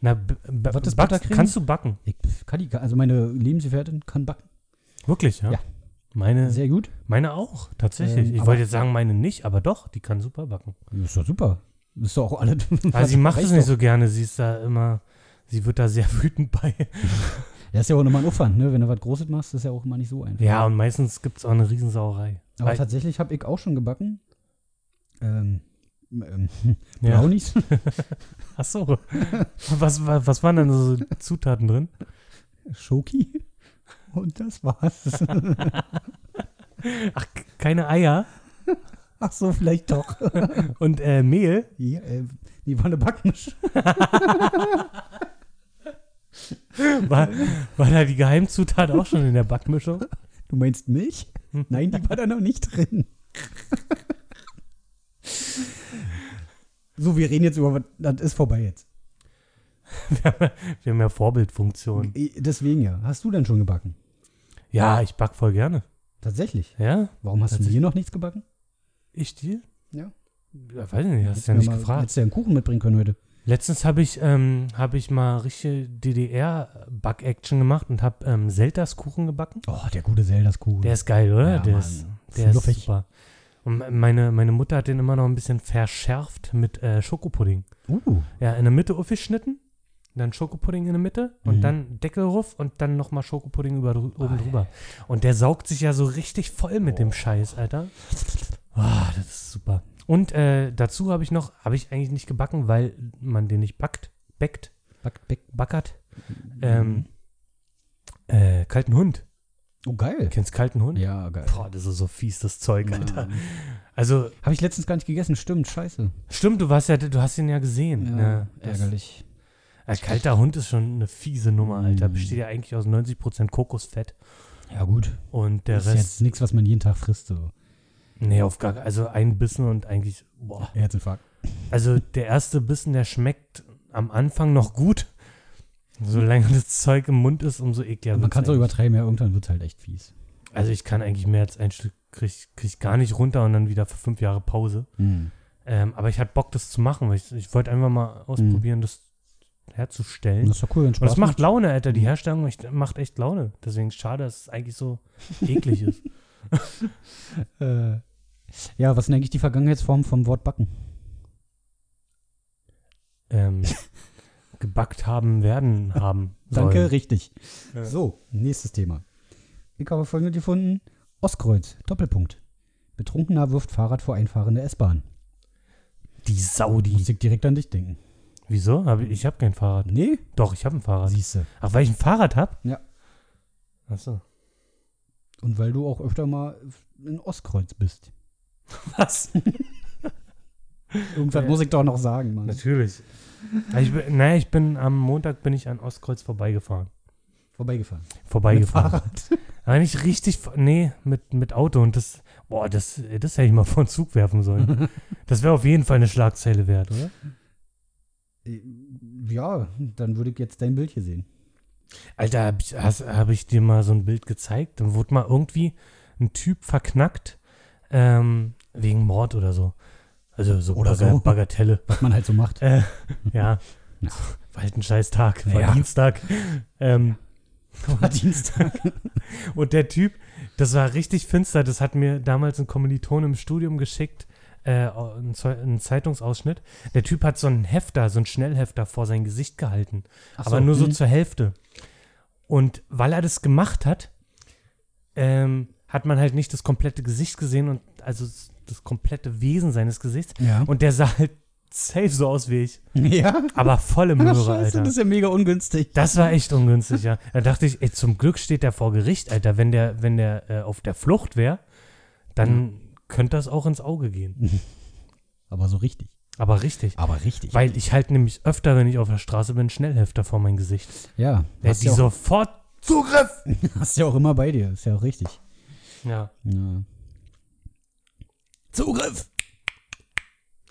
na, b- b-
Was ist
backst-
Buttercreme?
kannst du backen?
Ich kann die, also meine Lebensgefährtin kann backen.
Wirklich, ja?
Ja.
Meine,
Sehr gut.
meine auch, tatsächlich.
Ähm,
ich
aber-
wollte jetzt sagen, meine nicht, aber doch, die kann super backen.
Ist doch super. Ist doch auch alles.
Aber sie macht es
reicht
nicht
doch.
so gerne, sie ist da immer, sie wird da sehr wütend bei.
Das ist ja auch nochmal ein Aufwand, ne? Wenn du was Großes machst, ist ja auch immer nicht so einfach.
Ja, halt- und meistens gibt es auch eine Riesensauerei.
Aber
Weil-
tatsächlich habe ich auch schon gebacken. Ähm, ähm,
ja.
Brownies.
Ach so. was, wa- was waren denn so Zutaten drin?
Schoki. Und das war's.
Ach, k- keine Eier
Ach so, vielleicht doch.
und äh, Mehl.
Ja, äh, die war eine Backmischung.
War, war da die Geheimzutat auch schon in der Backmischung?
Du meinst Milch? Nein, die war da noch nicht drin. so, wir reden jetzt über was. Das ist vorbei jetzt.
Wir haben, ja- wir haben ja Vorbildfunktion.
Eh, Deswegen ja. Hast du denn schon gebacken?
Ja, ich back voll gerne.
Tatsächlich.
Ja?
Warum hast du
Tatsächlich.
mir noch nichts gebacken?
Ich dir?
Ja.
Ja, weiß ich nicht, hast
Hättest
du ja
mir
nicht
mal,
gefragt.
Hättest du ja einen Kuchen mitbringen können heute.
Letztens habe ich, ähm, hab ich mal richtige DDR-Back-Action gemacht und habe ähm, Selters Kuchen gebacken.
Oh, der gute Zeldas-Kuchen.
Der ist geil, oder?
Ja,
der
Mann.
ist, der ist
Fluffig.
super. Und me- meine, meine Mutter hat den immer noch ein bisschen verschärft mit äh, Schokopudding.
Uh,
Ja, in der Mitte aufgeschnitten, dann Schokopudding in der Mitte und
Mhm.
dann Deckel ruf und dann nochmal Schokopudding über, oben drüber. Und der saugt sich ja so richtig voll mit dem Scheiß, Alter. Ah, das ist super. Und äh, dazu habe ich noch, habe ich eigentlich nicht gebacken, weil man den nicht backt, backt,
backt Beck.
backert. Ähm, äh, kalten Hund.
Oh, geil.
Kennst kalten Hund?
Ja, geil.
Boah, das ist so fies, das Zeug, Alter. Also,
Habe ich letztens gar nicht gegessen, stimmt, scheiße.
stimmt, du warst ja, du hast ihn ja gesehen. Ja, ne, das-
ärgerlich.
Ein kalter Hund ist schon eine fiese Nummer, Alter.
Mm.
Besteht ja eigentlich aus 90% Kokosfett
Ja, gut.
und der
Das ist
Rest.
jetzt nichts, was man jeden Tag frisst. So.
Nee, auf gar Also ein Bissen und eigentlich. Boah.
Herzinfarkt.
Also der erste Bissen, der schmeckt am Anfang noch gut. Solange das Zeug im Mund ist, umso ekliger
man
wird's
kann es auch
eigentlich.
übertreiben, ja, irgendwann wird es halt echt fies.
Also ich kann eigentlich mehr als ein Stück, krieg, krieg ich gar nicht runter und dann wieder für fünf Jahre Pause.
Hm.
Ähm, aber ich hatte Bock, das zu machen, weil ich, ich wollte einfach mal ausprobieren, das
Und
herzustellen.
Mhm. das Mhm. ist doch cool, wenn
Und
Spaß
das macht Laune, Alter. Die Herstellung echt- macht echt Laune. Deswegen ist schade, dass es eigentlich so eklig ist.
Äh, ja, was ist denn eigentlich die Vergangenheitsform vom Wort backen?
Ähm, gebackt haben werden haben.
Danke,
sollen.
richtig.
Ja.
So, nächstes Thema. Ich habe folgendes gefunden. Ostkreuz, Doppelpunkt. Betrunkener wirft Fahrrad vor einfahrende S-Bahn.
Die Saudi.
Muss ich direkt an dich denken.
Wieso? Hab ich ich habe kein Fahrrad.
Nee?
Doch, ich habe ein Fahrrad.
Siehste.
Ach, weil ich ein Fahrrad habe?
Ja.
Achso.
Und weil du auch öfter mal in Ostkreuz bist.
Was?
Irgendwas
Ja.
muss ich doch noch sagen, Mann.
Natürlich. Also Ich bin, naja, ich bin am Montag bin ich an Ostkreuz vorbeigefahren.
Vorbeigefahren.
Vorbeigefahren.
Fahrrad.
Aber nicht richtig, ver- nee, mit, mit Auto und das, boah, das, das hätte ich mal vor den Zug werfen sollen. Das wäre auf jeden Fall eine Schlagzeile wert, oder?
Äh, Ja, dann würde ich jetzt dein Bild hier sehen.
Alter, habe ich, hast- hab ich dir mal so ein Bild gezeigt? Dann wurde mal irgendwie ein Typ verknackt ähm, wegen Mord oder so. Also so,
Oder
Baga-
so.
Bagatelle.
Was man halt so macht.
Äh, ja,
Ja.
war halt ein scheiß Tag, war
Ja.
Dienstag. Ähm,
War Dienstag.
und der Typ, das war richtig finster, das hat mir damals ein Kommiliton im Studium geschickt, äh, ein, Zeu- ein Zeitungsausschnitt. Der Typ hat so einen Hefter, so einen Schnellhefter vor sein Gesicht gehalten.
Ach
aber nur so
hm.
zur Hälfte. Und weil er das gemacht hat, ähm, hat man halt nicht das komplette Gesicht gesehen und also s- das komplette Wesen seines Gesichts.
Ja.
Und der sah halt safe so aus wie ich.
ja.
Aber volle
Ach,
Möhre,
scheiße,
Alter.
das ist ja mega ungünstig.
Das war echt ungünstig, ja. Da dachte ich, ey, zum Glück steht der vor Gericht, Alter. Wenn der, wenn der äh, auf der Flucht wäre, dann
Mhm.
könnte das auch ins Auge gehen.
Aber so richtig.
Aber richtig.
Aber richtig.
Weil ich halt nämlich öfter, wenn ich auf der Straße bin, Schnellhefter vor mein Gesicht.
ja.
Ey,
Hast
die
ja, auch,
sofort Zugriff!
hast ja auch immer bei dir. Ist ja auch richtig.
Ja.
Ja. Zugriff!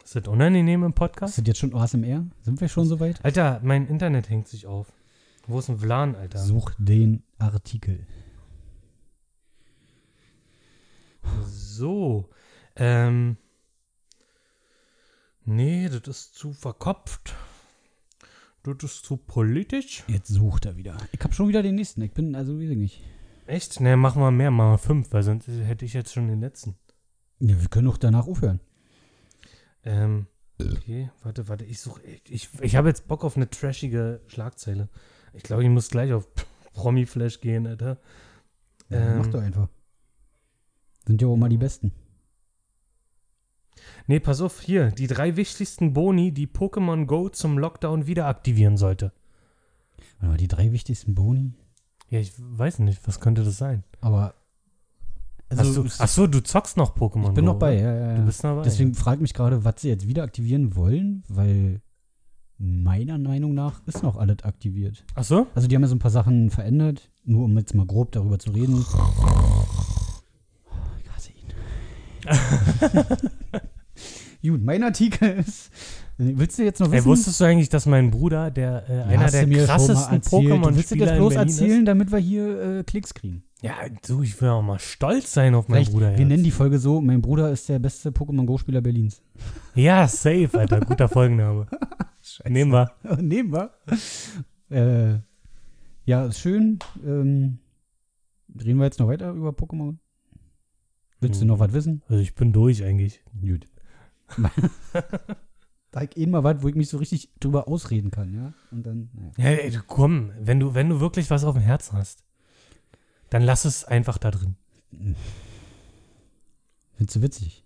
Ist das unangenehm im Podcast?
Hast du jetzt schon ASMR? Sind wir schon soweit?
Alter, mein Internet hängt sich auf. Wo ist ein Vlan, Alter?
Such den Artikel.
So. Ähm. Nee, das ist zu verkopft. Das ist zu politisch.
Jetzt sucht er wieder. Ich hab schon wieder den nächsten. Ich bin also, weiß ich nicht.
Echt? Ne, mach mal mehr, mach mal fünf, weil sonst hätte ich jetzt schon den letzten.
Ja, wir können doch danach aufhören.
Ähm. Okay, warte, warte, ich suche. Ich, ich, ich habe jetzt Bock auf eine trashige Schlagzeile. Ich glaube, ich muss gleich auf Promi-Flash gehen, Alter.
Ja,
Ähm.
Mach doch einfach. Sind ja auch immer die Besten.
Nee, pass auf, hier, die drei wichtigsten Boni, die Pokémon Go zum Lockdown wieder aktivieren sollte.
Warte mal, die drei wichtigsten Boni.
Ja, ich weiß nicht, was könnte das sein?
Aber. Also,
hast du, ach so, du zockst noch Pokémon
ich bin
Go,
noch bei.
oder?
Ja, ja, ja.
Du bist noch bei.
Deswegen frage ich mich gerade, was sie jetzt wieder aktivieren wollen, weil meiner Meinung nach ist noch alles aktiviert.
Ach so?
Also die haben ja so ein paar Sachen verändert, nur um jetzt mal grob darüber zu reden. Ich hasse ihn. Gut, mein Artikel ist. Willst du jetzt noch
Ey,
wissen?
wusstest du eigentlich, dass mein Bruder, der äh, einer
Hast du
der
mir schon mal
krassesten
erzählt. Du willst du
Pokémon-Spieler
das
in
bloß
Berlin
erzählen,
ist?
damit wir hier äh, Klicks kriegen.
Ja, du, ich will auch mal stolz sein auf meinen
Vielleicht,
Bruder.
wir
jetzt.
nennen die Folge so, mein Bruder ist der beste Pokémon-Go-Spieler Berlins.
Ja, safe, Alter, guter Folgenname. Nehmen wir.
Nehmen wir. Äh, ja, ist schön. Ähm, reden wir jetzt noch weiter über Pokémon? Willst du
Mhm.
noch was wissen?
Also ich bin durch eigentlich.
Gut. da ich eh mal was, wo ich mich so richtig drüber ausreden kann, ja? Und dann, naja.
Ja, ey, du, komm, wenn du, wenn du wirklich was auf dem Herzen hast, dann lass es einfach da drin.
Findest du witzig?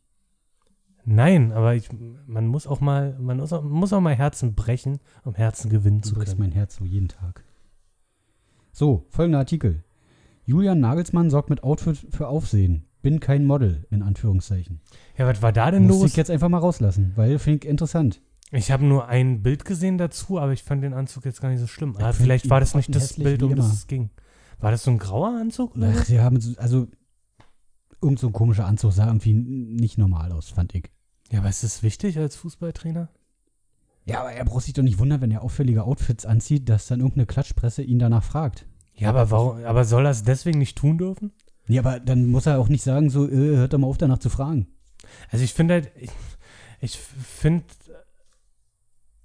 Nein, aber ich, man muss auch mal, man muss auch, muss auch mal Herzen brechen, um Herzen gewinnen
Du
zu
brichst
können.
mein Herz so jeden Tag. So, folgender Artikel. Julian Nagelsmann sorgt mit Outfit für Aufsehen. bin kein Model, in Anführungszeichen.
Ja, was war da denn
Muss
los?
ich jetzt einfach mal rauslassen, weil finde ich interessant.
Ich habe nur ein Bild gesehen dazu, aber ich fand den Anzug jetzt gar nicht so schlimm. Aber
find
vielleicht
ihn
war das nicht das
grottenhässlich
Bild,
wie
um das
immer.
es ging. War das so ein grauer Anzug? Oder?
Ach, sie haben, so- also, irgend so ein komischer Anzug sah irgendwie nicht normal aus, fand ich.
Ja, aber ist das wichtig als Fußballtrainer?
Ja, aber er braucht sich doch nicht wundern, wenn er auffällige Outfits anzieht, dass dann irgendeine Klatschpresse ihn danach fragt.
Ja, aber warum? Aber soll er es deswegen nicht tun dürfen?
Nee, aber dann muss er auch nicht sagen, so, äh, hört doch mal auf, danach zu fragen.
Also ich finde halt, ich, ich finde,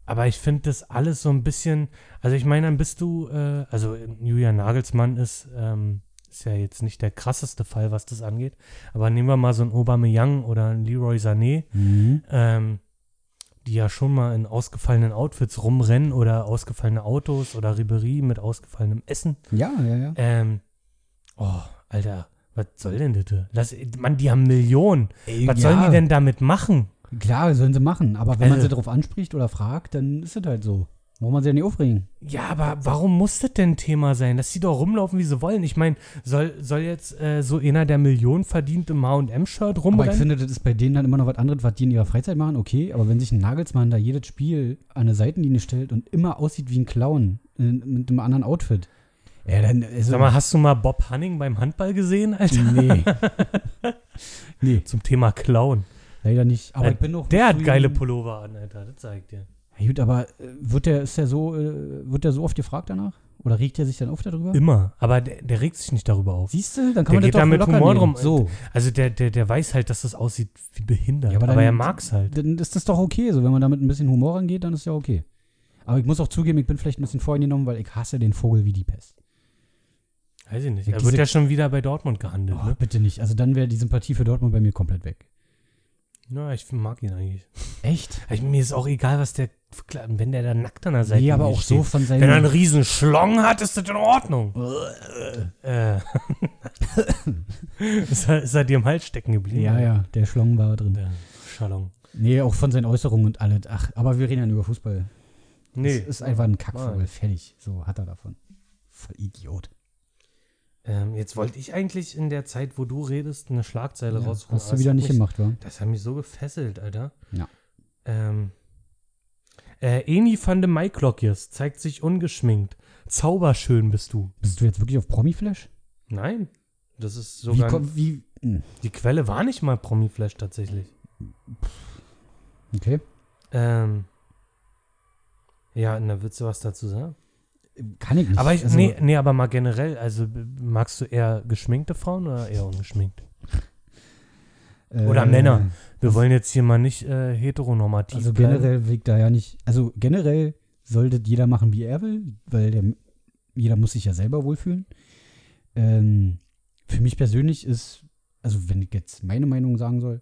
aber ich finde das alles so ein bisschen, also ich meine, dann bist du, äh, also Julian Nagelsmann ist, ähm, ist ja jetzt nicht der krasseste Fall, was das angeht, aber nehmen wir mal so einen Aubameyang oder einen Leroy Sané,
Mhm.
ähm, die ja schon mal in ausgefallenen Outfits rumrennen oder ausgefallene Autos oder Ribery mit ausgefallenem Essen.
Ja, ja, ja.
Ähm, oh, Alter, was soll denn das? Lass, Mann, die haben Millionen.
Ey,
Was
Äh, ja,
sollen die denn damit machen?
Klar, sollen sie machen, aber wenn man
Also-
sie darauf anspricht oder fragt, dann ist es halt so. Warum man sie ja nicht aufregen?
Ja, aber warum muss das denn Thema sein? Dass die doch rumlaufen, wie sie wollen. Ich meine, soll, soll jetzt äh, so einer der Millionen verdient im H&M-Shirt
Aber ich
rumrennen?
finde, das ist bei denen dann immer noch was anderes, was die in ihrer Freizeit machen, okay, aber wenn sich ein Nagelsmann da jedes Spiel an eine Seitenlinie stellt und immer aussieht wie ein Clown in, mit einem anderen Outfit, ja, dann also,
Sag mal, hast du mal Bob Hunning beim Handball gesehen, Alter?
Nee. nee,
Zum Thema Clown.
leider nicht. Aber
Nein,
ich bin auch
Der
nicht
hat
so
geile
jemand-
Pullover an, Alter. Das zeig ich dir.
Ja, gut, aber äh, wird der, ist der so, äh, wird der so oft gefragt danach? Oder regt er sich dann auf darüber?
Immer. Aber der, der regt sich nicht darüber auf.
Siehst du, dann
Der
kann man
geht
das
da
doch
mit
locker
Humor
nehmen.
drum.
So,
Also der, der, der weiß halt, dass das aussieht wie behindert.
Ja, aber
aber,
dann-
er mag's halt.
dann ist das doch okay. So, wenn man damit ein bisschen Humor rangeht, dann ist ja okay. Aber ich muss auch zugeben, ich bin vielleicht ein bisschen voreingenommen, weil ich hasse den Vogel wie die Pest.
Weiß ich nicht.
Ja,
Er
diese-
wird ja schon wieder bei Dortmund gehandelt,
Oh,
ne?
bitte nicht. Also dann wäre die Sympathie für Dortmund bei mir komplett weg.
Na, ich mag ihn eigentlich.
Echt?
Ich, mir ist auch egal, was der, wenn der da nackt an der Seite
Nee, aber auch
steht.
so von
Wenn er einen
seinen.
riesen Schlong hat, ist das in Ordnung. äh. ist, er, ist er dir im Hals stecken geblieben?
Ja, ja, der Schlong war drin.
Der Schalong.
Nee, auch von seinen Äußerungen und alles. Ach, aber wir reden ja nur über Fußball.
Nee.
Das ist einfach ein Kackvogel.
Mann.
Fertig. So hat er davon. Voll Idiot.
Ähm, jetzt wollte ich eigentlich in der Zeit, wo du redest, eine Schlagzeile
Ja,
rausholen.
hast
aber
du
es
wieder
hat
nicht
mich,
gemacht, wa?
Das hat mich so gefesselt, Alter.
Ja.
Ähm, äh, Eni van de Maiklockjes zeigt sich ungeschminkt. Zauberschön bist du.
Bist du jetzt wirklich auf Promi-Flash?
Nein. Das ist
Wie,
sogar.
komm- wie. hm,
die Quelle war nicht mal Promiflash tatsächlich.
Okay.
Ähm. Ja, na, willst du was dazu sagen?
Kann ich nicht.
Aber ich,
Also,
nee, nee, aber mal generell, also b- magst du eher geschminkte Frauen oder eher ungeschminkt?
äh,
oder Männer. Wir wollen jetzt hier mal nicht äh, heteronormativ
Also
bleiben.
generell will ich da ja nicht. Also generell sollte jeder machen, wie er will, weil der, jeder muss sich ja selber wohlfühlen. Ähm, für mich persönlich ist, also wenn ich jetzt meine Meinung sagen soll,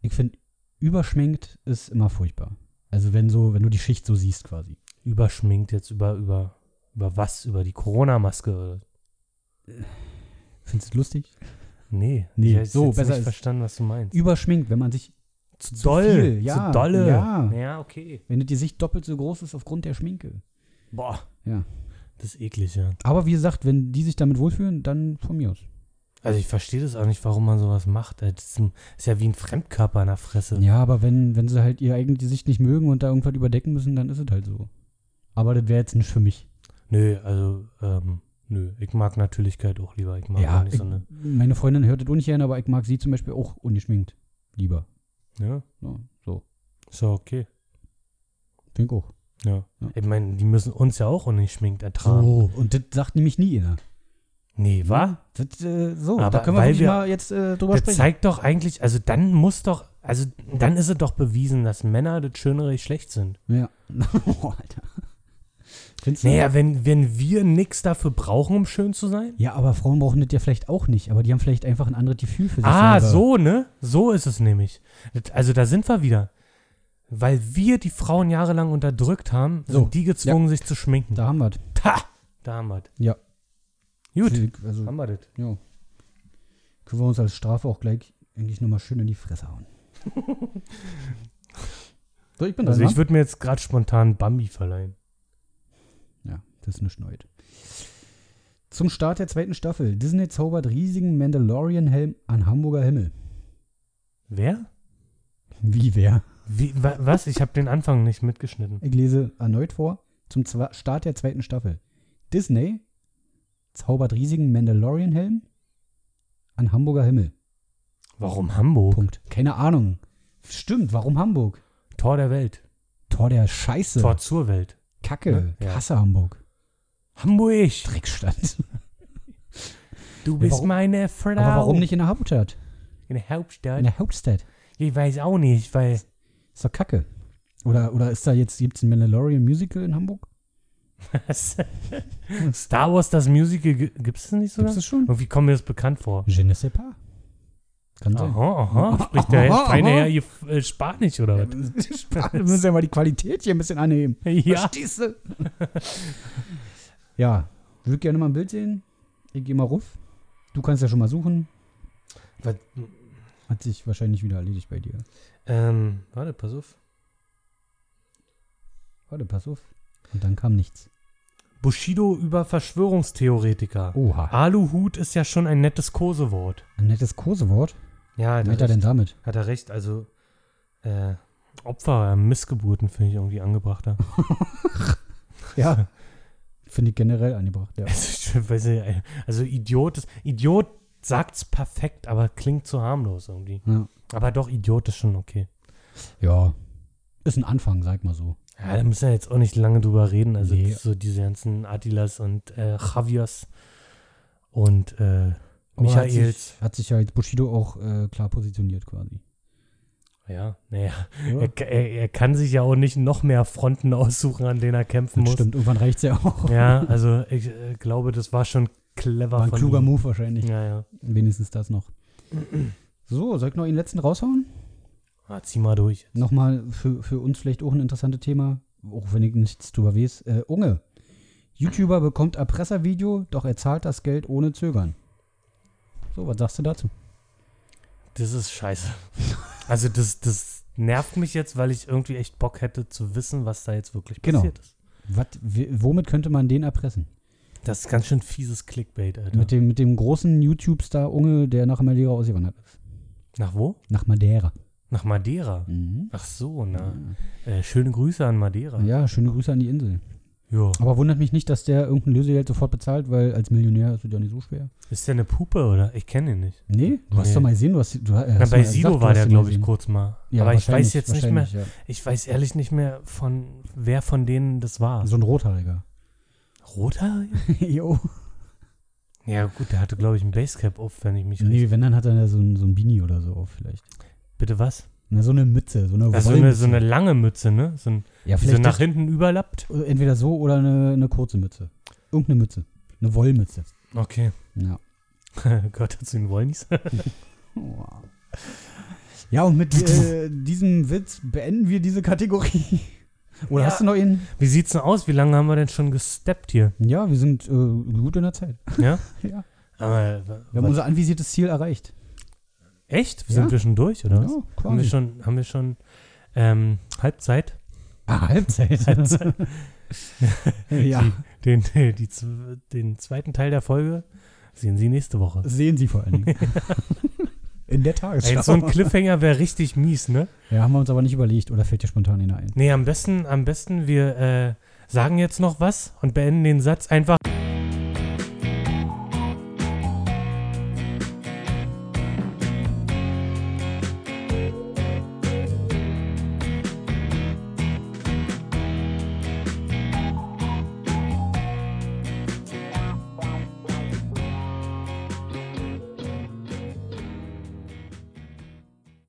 ich finde, überschminkt ist immer furchtbar. Also wenn so, wenn du die Schicht so siehst quasi.
Überschminkt jetzt über, über, über was? Über die Corona-Maske? oder-
Findest du es lustig?
Nee,
Nee,
ich hab jetzt
so,
jetzt
besser
nicht
ist-
verstanden, was du meinst.
Überschminkt, wenn man sich,
Zu
zu
doll,
viel, ja,
zu dolle.
ja.
ja, okay.
wenn die Sicht doppelt so groß ist aufgrund der Schminke.
Boah.
Ja.
Das ist eklig, ja.
Aber wie gesagt, wenn die sich damit wohlfühlen, dann von mir aus.
Also ich verstehe das auch nicht, warum man sowas macht. Das ist, ein, ist ja wie ein Fremdkörper in der Fresse.
Ja, aber wenn, wenn sie halt ihr eigene Sicht nicht mögen und da irgendwas überdecken müssen, dann ist es halt so. Aber das wäre jetzt nicht für mich.
Nö, also, ähm, nö. Ich mag Natürlichkeit auch lieber. Ich mag auch nicht
ich,
so eine.
meine Freundin hört das auch nicht gerne, aber ich mag sie zum Beispiel auch ungeschminkt. Lieber.
Ja,
Ja, so.
ne? ist ja okay.
Finde ich auch.
Ja.
Ja.
Ich meine, die müssen uns ja auch ungeschminkt ertragen.
So. Und das sagt nämlich nie einer. Oh.
Nee, wa?
Das, äh, so,
Aber
da können wir,
weil
wirklich
wir-
mal jetzt äh, drüber
Das
sprechen.
zeigt doch eigentlich, also dann muss doch, also dann ist es doch bewiesen, dass Männer das schönere schlecht sind.
ja. oh, Alter. Findest du?
Naja, wenn, wenn wir nichts dafür brauchen, um schön zu sein?
Ja, aber Frauen brauchen das ja vielleicht auch nicht, aber die haben vielleicht einfach ein anderes Gefühl für sich
Ah,
selber.
so, ne? So ist es nämlich. Das- Also da sind wir wieder. Weil wir die Frauen jahrelang unterdrückt haben,
So,
sind die gezwungen, sich zu schminken.
Da haben wir
Ta! Da haben wir
Ja.
Gut,
Also,
haben wir das.
Ja. Können wir uns als Strafe auch gleich eigentlich nochmal schön in die Fresse hauen. so, ich bin
Also
dran,
ich würde mir jetzt gerade spontan Bambi verleihen.
ne? wa? Ja, das ist nicht neu. Zum Start der zweiten Staffel. Disney zaubert riesigen Mandalorian-Helm an Hamburger Himmel.
Wer?
Wie wer?
Wie, wa, was? Ich habe den Anfang nicht mitgeschnitten.
Ich lese erneut vor. Zum Zwa- Start der zweiten Staffel. Disney zaubert riesigen Mandalorian-Helm an Hamburger Himmel.
Warum Hamburg?
Punkt. Keine Ahnung. Stimmt, warum Hamburg?
Tor der Welt.
Tor der Scheiße.
Tor zur Welt.
Kacke.
Ne? Ja.
Kasse Hamburg.
Hamburg,
Dreckstadt.
du bist
warum-
meine Frau.
Aber warum nicht in der Hauptstadt?
In der Hauptstadt?
In der Hauptstadt.
Ich weiß auch nicht, weil
Ist doch Kacke. Oder, oder ist da jetzt, gibt es ein Mandalorian-Musical in Hamburg?
Star Wars, das Musical, gi- gibt's das nicht sogar?
Gibt es schon?
Irgendwie kommt mir das bekannt vor.
Je ne sais pas.
Oh.
Kann sein.
Aha, aha. Spricht der
Aha,
Feine
aha.
ja hier äh, Spanisch oder was?
Wir müssen ja mal die Qualität hier ein bisschen anheben.
Ja.
Verstehst du? ja, würde gerne mal ein Bild sehen. Ich gehe mal ruf. Du kannst ja schon mal suchen.
Was,
Hat sich wahrscheinlich wieder erledigt bei dir.
ähm, warte, pass auf.
Warte, pass auf. Und dann kam nichts.
Bushido über Verschwörungstheoretiker.
Oha.
Aluhut ist ja schon ein nettes Kosewort.
Ein nettes Kosewort.
Ja,
Was
da
meint er denn damit?
Hat er recht, also äh, Opfer äh, Missgeburten finde ich irgendwie angebrachter.
Ja. Finde ich generell angebracht, ja.
Also, ich weiß nicht, äh, also Idiot ist, Idiot sagt's perfekt, aber klingt zu harmlos irgendwie.
Ja.
Aber doch, Idiot ist schon okay.
Ja. Ist ein Anfang, sag mal so.
Ja, da müssen wir jetzt auch nicht lange drüber reden. Also
Nee.
so diese ganzen Adilas und äh, Javiers und äh,
Aber Hat
Michaels.
sich, hat sich ja jetzt Bushido auch äh, klar positioniert quasi.
Ja, naja.
oder?
Er, er, er kann sich ja auch nicht noch mehr Fronten aussuchen, an denen er kämpfen
Das
muss.
stimmt, irgendwann reicht es ja auch.
Ja, also ich äh, glaube, das war schon clever
War ein
von
kluger
ihm.
Move wahrscheinlich.
Ja, ja.
Wenigstens das noch. So, soll ich noch den letzten raushauen?
Ah, zieh mal durch.
Nochmal für, für uns vielleicht auch ein interessantes Thema, auch wenn ich nichts drüber weiß. Äh, Unge. YouTuber bekommt Erpresservideo, doch er zahlt das Geld ohne Zögern. So, was sagst du dazu?
Das ist scheiße. Also das, das nervt mich jetzt, weil ich irgendwie echt Bock hätte zu wissen, was da jetzt wirklich
Genau.
passiert ist.
Was, w- womit könnte man den erpressen?
Das ist ganz schön fieses Clickbait, Alter.
Mit dem, mit dem großen YouTube-Star Unge, der nach Madeira ausgewandert ist.
Nach wo?
Nach Madeira.
Nach Madeira.
Mhm.
Ach so, na. Äh, schöne Grüße an Madeira.
Ja, schöne Grüße an die Insel.
Jo.
Aber wundert mich nicht, dass der irgendein Lösegeld sofort bezahlt, weil als Millionär ist es ja nicht so schwer.
Ist der eine Puppe, oder? Ich kenne ihn nicht.
Nee, du hast
Nee.
doch mal gesehen, du hast. Du, äh, hast
Na,
mal
bei
gesagt,
Sido
du
war
hast
der,
ihn
glaube ich,
gesehen.
kurz mal. Aber ich weiß
wahrscheinlich,
jetzt nicht mehr,
wahrscheinlich,
ich weiß ehrlich nicht mehr von, wer von denen das war.
Ja. So ein Rothaariger.
Roter?
jo.
Ja gut, der hatte, glaube ich, ein Basecap auf, wenn ich mich richtig...
Nee, wenn, dann hat er so ein, so ein Beanie oder so auf, vielleicht.
Bitte was?
Na, so eine Mütze, so eine
Ja, so, eine, so eine lange Mütze, ne? So, ein,
ja,
die so
vielleicht
nach hinten überlappt.
das, entweder so oder eine, eine kurze Mütze. Irgendeine Mütze. Eine Wollmütze.
Okay.
Ja.
Gehört dazu den Wollnis.
Ja, und mit äh, diesem Witz beenden wir diese Kategorie. Oder
Ja.
hast du noch einen?
Wie sieht's denn aus? Wie lange haben wir denn schon gesteppt hier?
Ja, wir sind äh, gut in der Zeit.
Ja?
Ja.
Aber, wa-
Wir haben
wa-
unser anvisiertes Ziel erreicht.
echt?
Ja.
Sind wir schon durch, oder was?
Ja,
Haben wir
quasi.
schon, haben wir schon ähm, Halbzeit?
Ah, Halbzeit.
Halbzeit.
ja,
Den, die, die, zw- den zweiten Teil der Folge sehen Sie nächste Woche.
sehen Sie vor allen Dingen. In der
Ey,
Tagesschau.
so ein Cliffhanger wäre richtig mies, ne?
ja, haben wir uns aber nicht überlegt oder fällt dir spontan einer ein?
Nee, am besten, am besten wir äh, sagen jetzt noch was und beenden den Satz einfach.